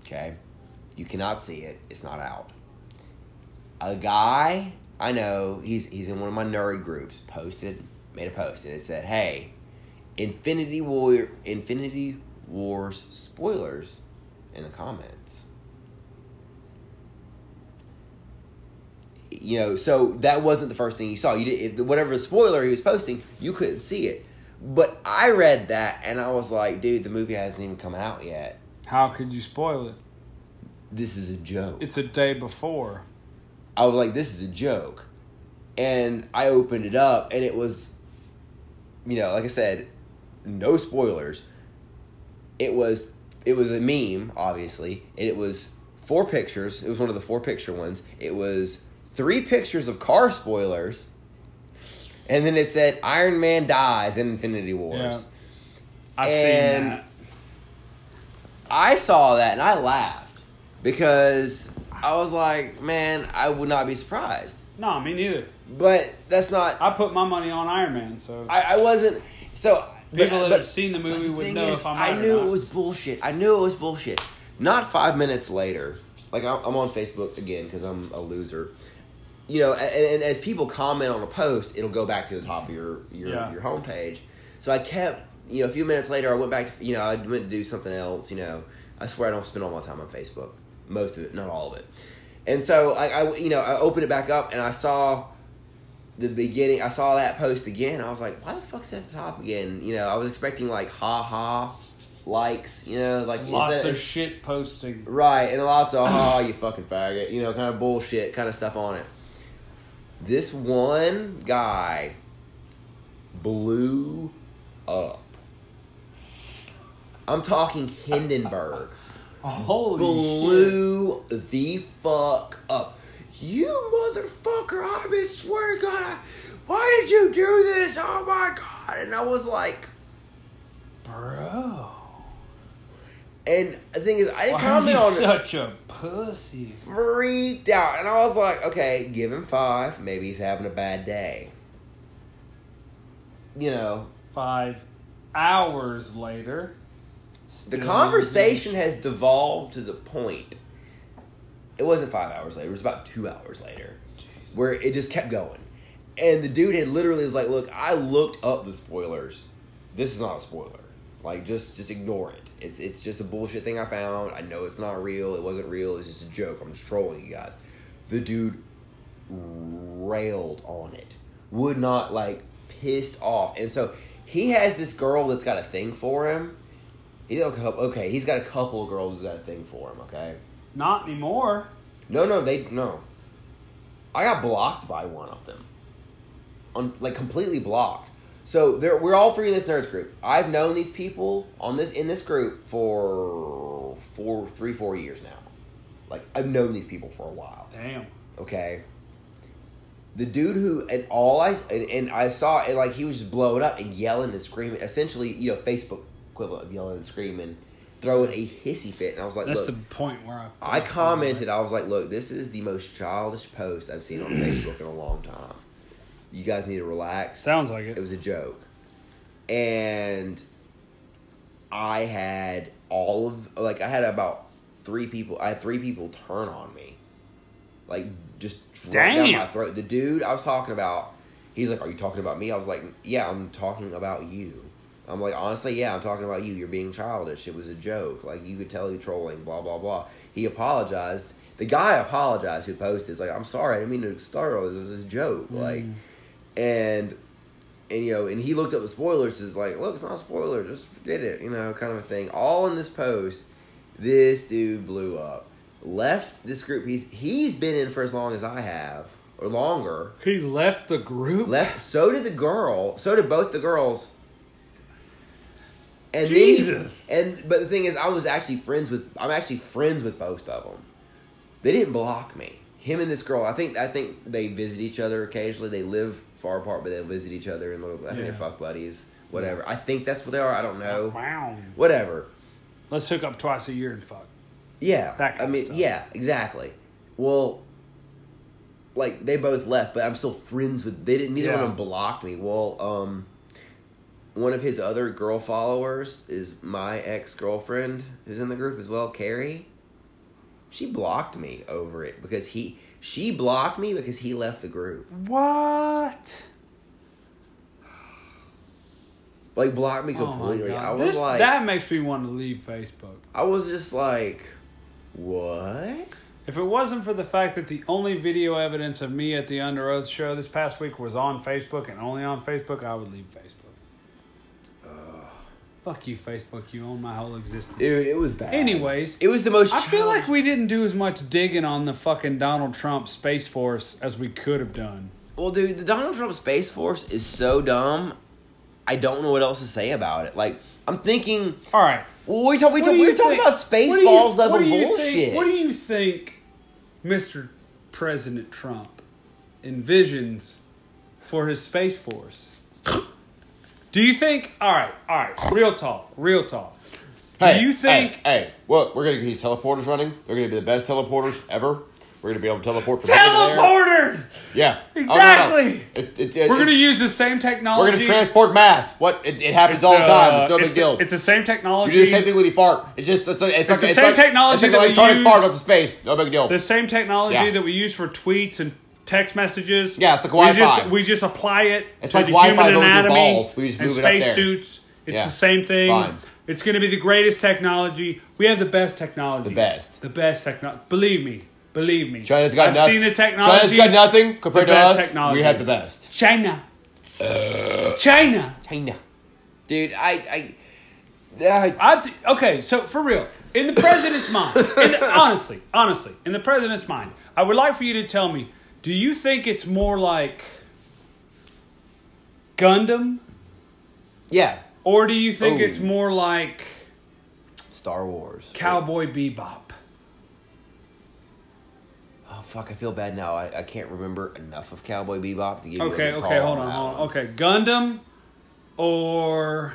S2: Okay, you cannot see it; it's not out. A guy, I know he's he's in one of my nerd groups. Posted, made a post, and it said, "Hey, Infinity War, Infinity Wars spoilers in the comments." You know, so that wasn't the first thing you saw. You did if, whatever spoiler he was posting, you couldn't see it. But I read that and I was like, dude, the movie hasn't even come out yet.
S1: How could you spoil it?
S2: This is a joke.
S1: It's a day before.
S2: I was like, this is a joke. And I opened it up and it was, you know, like I said, no spoilers. It was it was a meme, obviously, and it was four pictures. It was one of the four picture ones. It was three pictures of car spoilers. And then it said Iron Man dies in Infinity Wars.
S1: Yeah. I seen
S2: And-
S1: that.
S2: I saw that and I laughed because I was like, man, I would not be surprised.
S1: No, me neither.
S2: But that's not
S1: I put my money on Iron Man, so
S2: I, I wasn't. So
S1: people that have seen the movie
S2: the
S1: would
S2: thing
S1: know
S2: is,
S1: if I'm right
S2: I
S1: or
S2: knew
S1: not.
S2: it was bullshit. I knew it was bullshit. Not five minutes later, like I'm, I'm on Facebook again because I'm a loser. You know, a- and, and as people comment on a post, it'll go back to the top of your your,
S1: Yeah.
S2: your homepage. So I kept, you know, a few minutes later, I went back. To, you know, I went to do something else. You know, I swear I don't spend all my time on Facebook. Most of it, not all of it. And so I, I you know, I opened it back up and I saw the beginning I saw that post again. I was like, why the fuck's that at the top again? You know, I was expecting like ha ha likes, you know, like is
S1: lots
S2: that-
S1: of shit posting.
S2: right and lots of ha you fucking faggot, you know, kind of bullshit kind of stuff on it. This one guy blew up. I'm talking Hindenburg
S1: Holy shit!
S2: blew the fuck up. You motherfucker! I mean, swear to God, why did you do this? Oh my God! And I was like,
S1: bro.
S2: and the thing is, I
S1: Why
S2: didn't
S1: are
S2: comment
S1: you
S2: on it.
S1: such a pussy?
S2: Freaked out, and I was like, okay, give him five. Maybe he's having a bad day. You know,
S1: Five hours later,
S2: the
S1: still
S2: conversation has devolved to the point. It wasn't five hours later. It was about two hours later.
S1: using- Jesus.
S2: where it just kept going. And the dude had literally was like, "Look, I looked up the spoilers. This is not a spoiler. Like, just just ignore it. It's it's just a bullshit thing I found. I know it's not real. It wasn't real. It's just a joke. I'm just trolling you guys." The dude railed on it. Would not like pissed off. And so he has this girl that's got a thing for him. He's got a couple, okay. He's got a couple of girls who's got a thing for him. Okay.
S1: Not anymore.
S2: No, no, they no. I got blocked by one of them, on like completely blocked. So there, we're all three in this nerds group. I've known these people on this in this group for four, three, four years now. Like I've known these people for a while
S1: Damn.
S2: okay the dude who and all i and, and i saw and like he was just blowing up and yelling and screaming essentially you know facebook equivalent of yelling and screaming throwing a hissy fit and i was like
S1: That's
S2: look,
S1: the point where I.
S2: i commented i was like look this is the most childish post i've seen on facebook in a long time you guys need to relax
S1: Sounds like
S2: it
S1: it.
S2: was a joke. And I had all of like I had about three people I had three people turn on me. Like just right down
S1: Damn.
S2: my throat. The dude I was talking about, he's like, Are you talking about me? I was like, Yeah, I'm talking about you. I'm like, honestly, yeah, I'm talking about you. You're being childish. It was a joke. Like you could tell you're trolling, blah, blah, blah. He apologized. The guy apologized who posted. He's like, I'm sorry, I didn't mean to start all this. It was a joke. Like and and you know, and he looked up the spoilers. Is like, look, it's not a spoiler. Just forget it, you know, kind of a thing. All in this post, this dude blew up. Left this group. He's he's been in for as long as I have, or longer.
S1: He left the group.
S2: Left. So did the girl. So did both the girls. And then he-
S1: Jesus.
S2: and but the thing is, I was actually friends with. I'm actually friends with both of them. They didn't block me. Him and this girl. I think. I think they visit each other occasionally. They live far apart, but they visit each other and look. I think
S1: Yeah.
S2: they're fuck buddies. Whatever. I think that's what they are. I don't know.
S1: Wow.
S2: Whatever.
S1: Let's hook up twice a year and fuck.
S2: Yeah.
S1: That kind
S2: I
S1: of
S2: mean,
S1: stuff.
S2: yeah, exactly. Well, like they both left, but I'm still friends with. They didn't. Neither one
S1: Yeah.
S2: of them blocked me. Well, um, one of his other girl followers is my ex girlfriend, who's in the group as well, Carrie. She blocked me over it because he She blocked me because he left the group.
S1: What?
S2: Like blocked me
S1: Oh my
S2: completely.
S1: God.
S2: I was
S1: This-
S2: like
S1: that makes me want to leave Facebook.
S2: I was just like what?
S1: If it wasn't for the fact that the only video evidence of me at the Under Oath show this past week was on Facebook and only on Facebook, I would leave Facebook. Fuck you, Facebook. You own my whole existence.
S2: Dude, it was bad.
S1: Anyways,
S2: it was the most
S1: I feel
S2: childish-
S1: like we didn't do as much digging on the fucking Donald Trump Space Force as we could have done.
S2: Well, dude, the Donald Trump Space Force is so dumb. I don't know what else to say about it. Like, I'm thinking,
S1: All right.
S2: well, we talk, we
S1: What
S2: talk,
S1: do you
S2: we're talking
S1: think-
S2: about
S1: what do you-
S2: Spaceballs
S1: what
S2: level
S1: do you
S2: bullshit.
S1: Think, what do you think Mr. President Trump envisions for his Space Force? Do you think, all right, all right, real talk, real talk. Do
S4: Hey,
S1: you think
S4: Hey, hey, look, we're gonna get these teleporters running. They're gonna be the best teleporters ever. We're gonna be able to teleport from here to there.
S1: teleporters?
S4: Yeah. Oh, no, no.
S1: Exactly.
S4: It- it- it-
S1: We're going to
S4: it-
S1: use the same
S4: We're
S1: technology.
S4: gonna transport mass. What? It, it happens all the
S1: uh,
S4: time. It's no big
S1: a-
S4: deal.
S1: It's the same
S4: you
S1: technology.
S4: do the same thing with your fart. It's just it's like it's, like,
S1: the
S4: it's
S1: same
S4: like,
S1: technology
S4: It's like
S1: that
S4: an
S1: we
S4: electronic
S1: use-
S4: fart up in space. No big deal.
S1: the same technology
S4: Yeah.
S1: that we use for tweets and text messages.
S4: Yeah, it's like
S1: We just,
S4: Wi-Fi.
S1: we just apply it
S4: It's
S1: to
S4: like
S1: the
S4: Wi-Fi,
S1: human
S4: but with your
S1: anatomy
S4: balls. We just
S1: and
S4: move it up there.
S1: spacesuits. It's
S4: Yeah.
S1: the same thing.
S4: fine.
S1: It's going to be the greatest technology. We have the best technology.
S4: The best.
S1: The best technology. Believe me. Believe me.
S4: China's got
S1: I've
S4: nothing.
S1: seen the technology.
S4: China's got nothing compared
S1: the
S4: to
S1: best
S4: us. We
S1: technologies.
S4: have the best.
S1: China. China.
S4: China.
S2: dude, I, I, I,
S1: I th- okay, so for real, in the president's mind, in the- honestly, honestly, in the president's mind, I would like for you to tell me: Do you think it's more like Gundam,
S4: Yeah.
S1: or do you think
S4: Oh.
S1: it's more like
S2: Star Wars.
S1: Cowboy Bebop?
S2: Oh fuck, I feel bad now. I, I can't remember enough of Cowboy Bebop to give you.
S1: Okay,
S2: a
S1: okay,
S2: call
S1: hold on,
S2: that
S1: hold on.
S2: one.
S1: Okay, Gundam or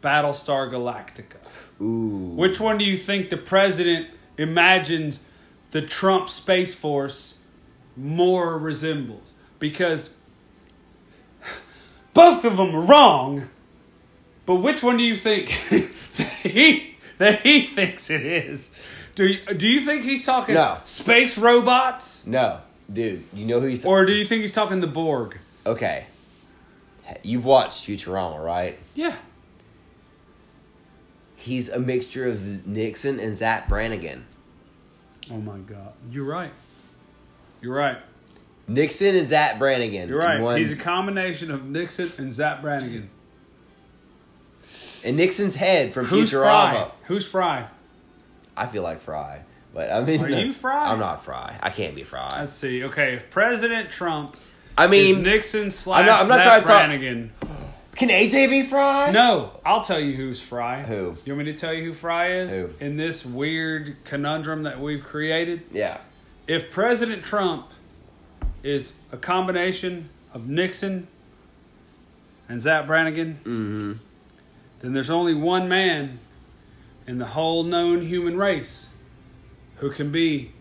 S1: Battlestar Galactica.
S2: Ooh,
S1: Which one do you think the president imagines the Trump Space Force more resembles? Because both of them are wrong, but which one do you think that he that he thinks it is? Do you, do you think he's talking
S2: No.
S1: space robots,
S2: no, dude, you know who he's.
S1: or do you think he's talking the Borg?
S2: okay, you've watched Futurama, right?
S1: Yeah,
S2: He's a mixture of Nixon and Zach Brannigan.
S1: Oh my God, you're right. You're right.
S2: Nixon and Zach Brannigan.
S1: You're right.
S2: One-
S1: He's a combination of Nixon and Zach Brannigan.
S2: and Nixon's head from
S1: Who's
S2: Futurama.
S1: Fry? Who's Fry?
S2: I feel like Fry, but I mean,
S1: Are you Fry?
S2: I'm not Fry. I can't be Fry.
S1: Let's see. Okay, if President Trump
S2: I
S1: is
S2: mean,
S1: Nixon slash
S2: I'm not- I'm not
S1: Zach
S2: trying to talk-
S1: Brannigan.
S2: can AJ be Fry?
S1: No, I'll tell you who's Fry.
S2: Who?
S1: You want me to tell you who Fry is?
S2: Who?
S1: In this weird conundrum that we've created,
S2: Yeah.
S1: if President Trump is a combination of Nixon and Zach Brannigan,
S2: Mm-hmm.
S1: then there's only one man in the whole known human race who can be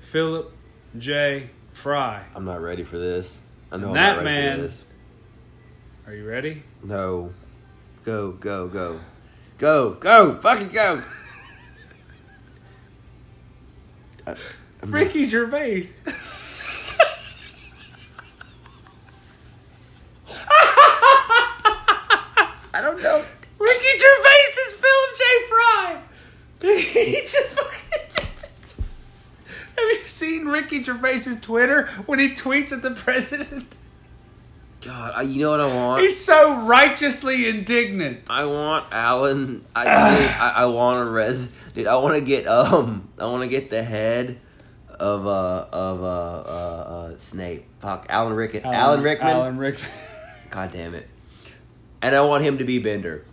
S1: Philip J. Fry.
S2: I'm not ready for this. I know I'm
S1: That
S2: not ready
S1: man-
S2: for this.
S1: Are you ready?
S2: No. Go, go, go. Go, go, fucking go. I- I'm not-
S1: Ricky Gervais.
S2: I don't know.
S1: Ricky Gervais is Philip J. Fry. He's a fucking. Have you seen Ricky Gervais's Twitter when he tweets at the president?
S2: God, I, you know what I want?
S1: He's so righteously indignant.
S2: I want Alan. I, dude, I I want a res. Dude, I want to get um. I want to get the head of uh of uh uh, uh Snape. Fuck, Alan Rickman. Alan, Rickman.
S1: Alan Rickman.
S2: God damn it. And I want him to be Bender.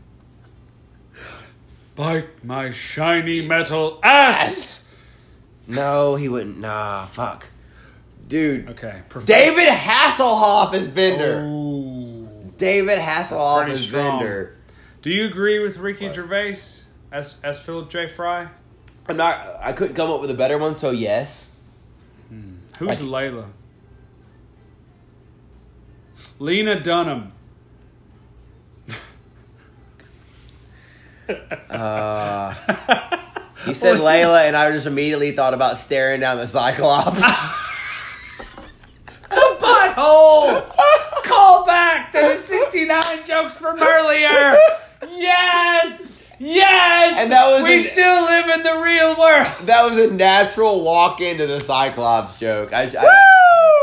S1: Bite my shiny metal ass.
S2: No, he wouldn't. Nah, fuck, dude.
S1: Okay. Prof-
S2: David Hasselhoff is Bender.
S1: Ooh.
S2: David Hasselhoff
S1: Oh. Pretty
S2: is
S1: strong.
S2: Bender.
S1: Do you agree with Ricky Gervais as as Philip J. Fry?
S2: I'm not. I couldn't come up with a better one, so yes.
S1: Who's
S2: I-
S1: Layla? Lena Dunham.
S2: Uh, You said Layla, and I just immediately thought about staring down the Cyclops.
S1: Butthole! Call back to the 69 jokes from earlier! Yes! Yes!
S2: And that was
S1: we
S2: an-
S1: still live in the real world!
S2: that was a natural walk into the Cyclops joke. I, I,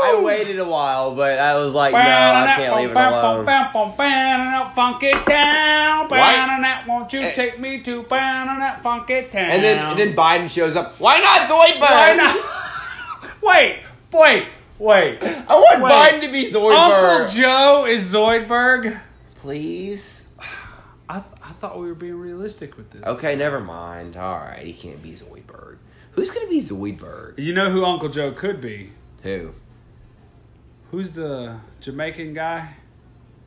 S2: I waited a while, but I was like, no, I can't leave it alone.
S1: Funky town.
S4: Why-
S1: Won't you take me to that funky town?
S2: Eh. And then-
S4: And then Biden shows up. Why not Zoidberg?
S1: Why not? wait, wait, wait.
S2: I want
S1: Wait.
S2: Biden to be
S1: Uncle
S2: Zoidberg.
S1: Joe is Zoidberg.
S2: Please.
S1: I, th- I thought we were being realistic with this.
S2: Okay, never mind. All right, he can't be Zoidberg. Who's gonna be Zoidberg?
S1: You know who Uncle Joe could be?
S2: Who?
S1: Who's the Jamaican guy?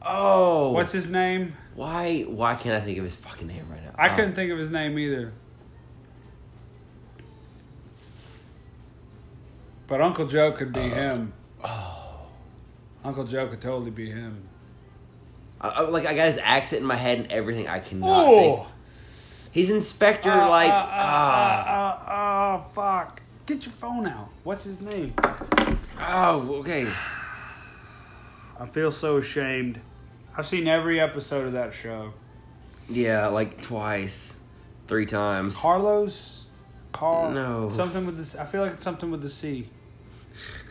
S2: Oh,
S1: What's his name?
S2: why? Why can't I think of his fucking name right now?
S1: I
S2: Oh.
S1: couldn't think of his name either. But Uncle Joe could be him. Oh. Uncle Joe could totally be him.
S2: Oh. I, I- like I got his accent in my head and everything. I cannot.
S1: Oh.
S2: Think. He's Inspector.
S1: Uh,
S2: like
S1: uh, uh,
S2: ah.
S1: uh, uh, oh, fuck. Get your phone out. What's his name?
S2: oh, okay.
S1: I feel so ashamed. I've seen every episode of that show.
S2: Yeah, like twice, three times.
S1: Carlos, Carl,
S2: No.
S1: something with this. I feel like it's something with the C.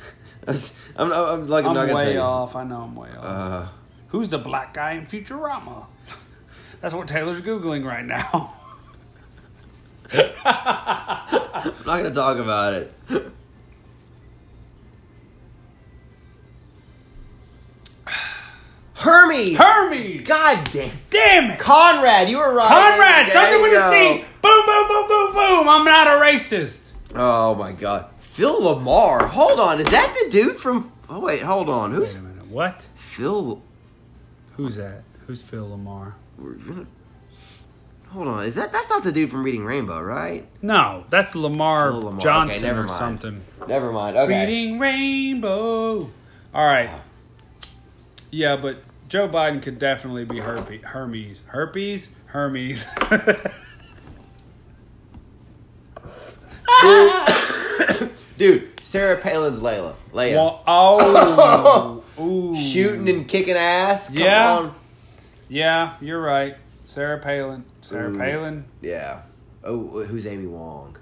S2: I'm, s- I'm, I'm, I'm like I'm,
S1: I'm
S2: not gonna tell
S1: way
S2: you.
S1: off. I know I'm way off.
S2: Uh,
S1: Who's the black guy in Futurama? That's what Taylor's googling right now.
S2: I'm not gonna talk about it. Hermes.
S1: Hermes.
S2: God damn.
S1: Damn it.
S2: Conrad, you were right.
S1: Conrad.
S2: There
S1: Something
S2: you
S1: with a
S2: go.
S1: C. Boom, boom, boom, boom, boom. I'm not a racist.
S2: Oh my god. Phil Lamar. Hold on. Is that the dude from Oh wait, hold on.
S1: Wait
S2: Who's
S1: a minute. What?
S2: Phil
S1: Who's that? Who's Phil Lamar?
S2: we're gonna- Hold on. Is that that's not the dude from Reading Rainbow, right?
S1: No, that's Lamar,
S2: Phil Lamar. Okay,
S1: Johnson
S2: never
S1: or
S2: mind.
S1: something.
S2: Never mind. Okay.
S1: Reading Rainbow. All right. Yeah, but Joe Biden could definitely be herpes. Hermes. Herpes? Hermes.
S2: Dude, Sarah Palin's Layla. Leia.
S1: well, oh. Ooh.
S2: Shooting and kicking ass. Come
S1: Yeah.
S2: on.
S1: Yeah, you're right. Sarah Palin. Sarah
S2: Ooh.
S1: Palin.
S2: Yeah. Oh, who's Amy Wong?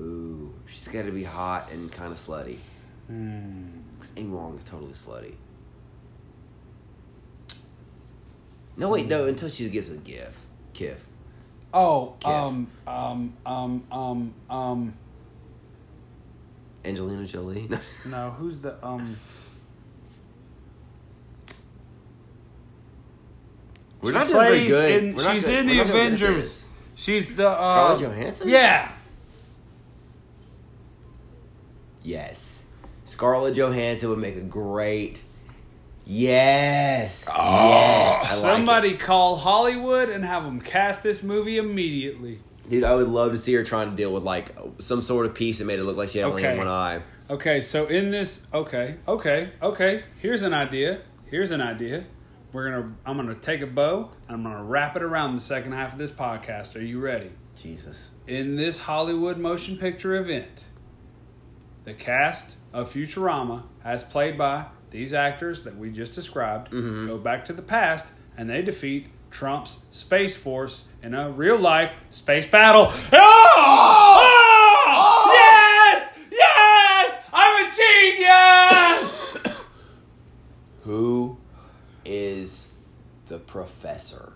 S2: Ooh, she's got to be hot and kind of slutty.
S1: Hmm.
S2: 'Cause Amy Wong is totally slutty. No, wait, no. Until she gets with Gif. Kiff.
S1: Oh,
S2: Kiff.
S1: um, um, um, um, um.
S2: Angelina Jolie. No.
S1: No, who's the um?
S2: We're
S1: She
S2: not doing very
S1: plays
S2: good.
S1: in-
S2: We're not
S1: she's
S2: good-
S1: in
S2: we're
S1: the
S2: not doing good at
S1: Avengers.
S2: this.
S1: She's the uh,
S2: Scarlett Johansson?
S1: Yeah,
S2: Yes. Scarlett Johansson would make a great. Yes. yes. I like it.
S1: somebody call Hollywood and have them cast this movie immediately.
S2: Dude, I would love to see her trying to deal with like some sort of piece that made it look like she had
S1: Okay.
S2: only one eye.
S1: Okay, so in this, okay, okay, okay. Here's an idea. Here's an idea. We're gonna. I'm gonna take a bow. And I'm gonna wrap it around the second half of this podcast. Are you ready?
S2: Jesus.
S1: in this Hollywood motion picture event, the cast of Futurama, as played by these actors that we just described, go back to the past and they defeat Trump's Space Force in a real life space battle. Oh! Oh! Yes! Yes! I'm a genius!
S2: Who is the professor?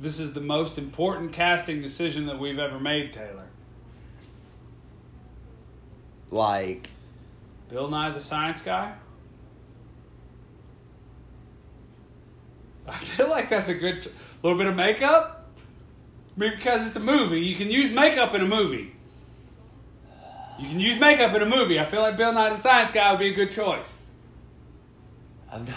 S1: this is the most important casting decision that we've ever made, Taylor.
S2: Like,
S1: Bill Nye the Science Guy? I feel like that's a good little bit of makeup. I mean, because it's a movie, you can use makeup in a movie. You can use makeup in a movie. I feel like Bill Nye the Science Guy would be a good choice.
S2: I'm not.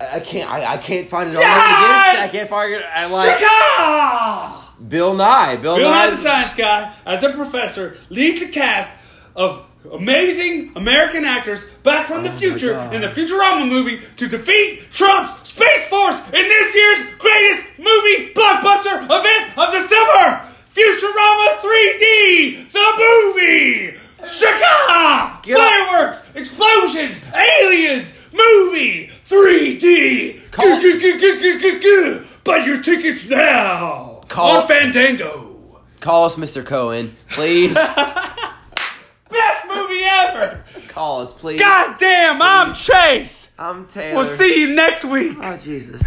S2: I I can't. I, I can't find it.
S1: Yeah!
S2: Yeah! I can't find it. I like
S1: Shaka!
S2: Bill Nye. Bill,
S1: Bill Nye
S2: Nye.
S1: the Science Guy, as a professor, leads a cast of amazing American actors back from the
S2: Oh my
S1: future
S2: God.
S1: in the Futurama movie to defeat Trump's Space Force in this year's Big biggest movie blockbuster event of the summer! Futurama 3D, the movie! Shaka!
S2: Get up.
S1: Fireworks, explosions, aliens, movie 3D!
S2: Call-
S1: Go, go, go, go, go, go, go. Buy your tickets now!
S2: Call-
S1: On Fandango!
S2: Call us, Mr. Cohen, please.
S1: Best movie ever!
S2: Call us, please.
S1: God damn, I'm Chase!
S2: I'm Taylor.
S1: We'll see you next week!
S2: Oh Jesus.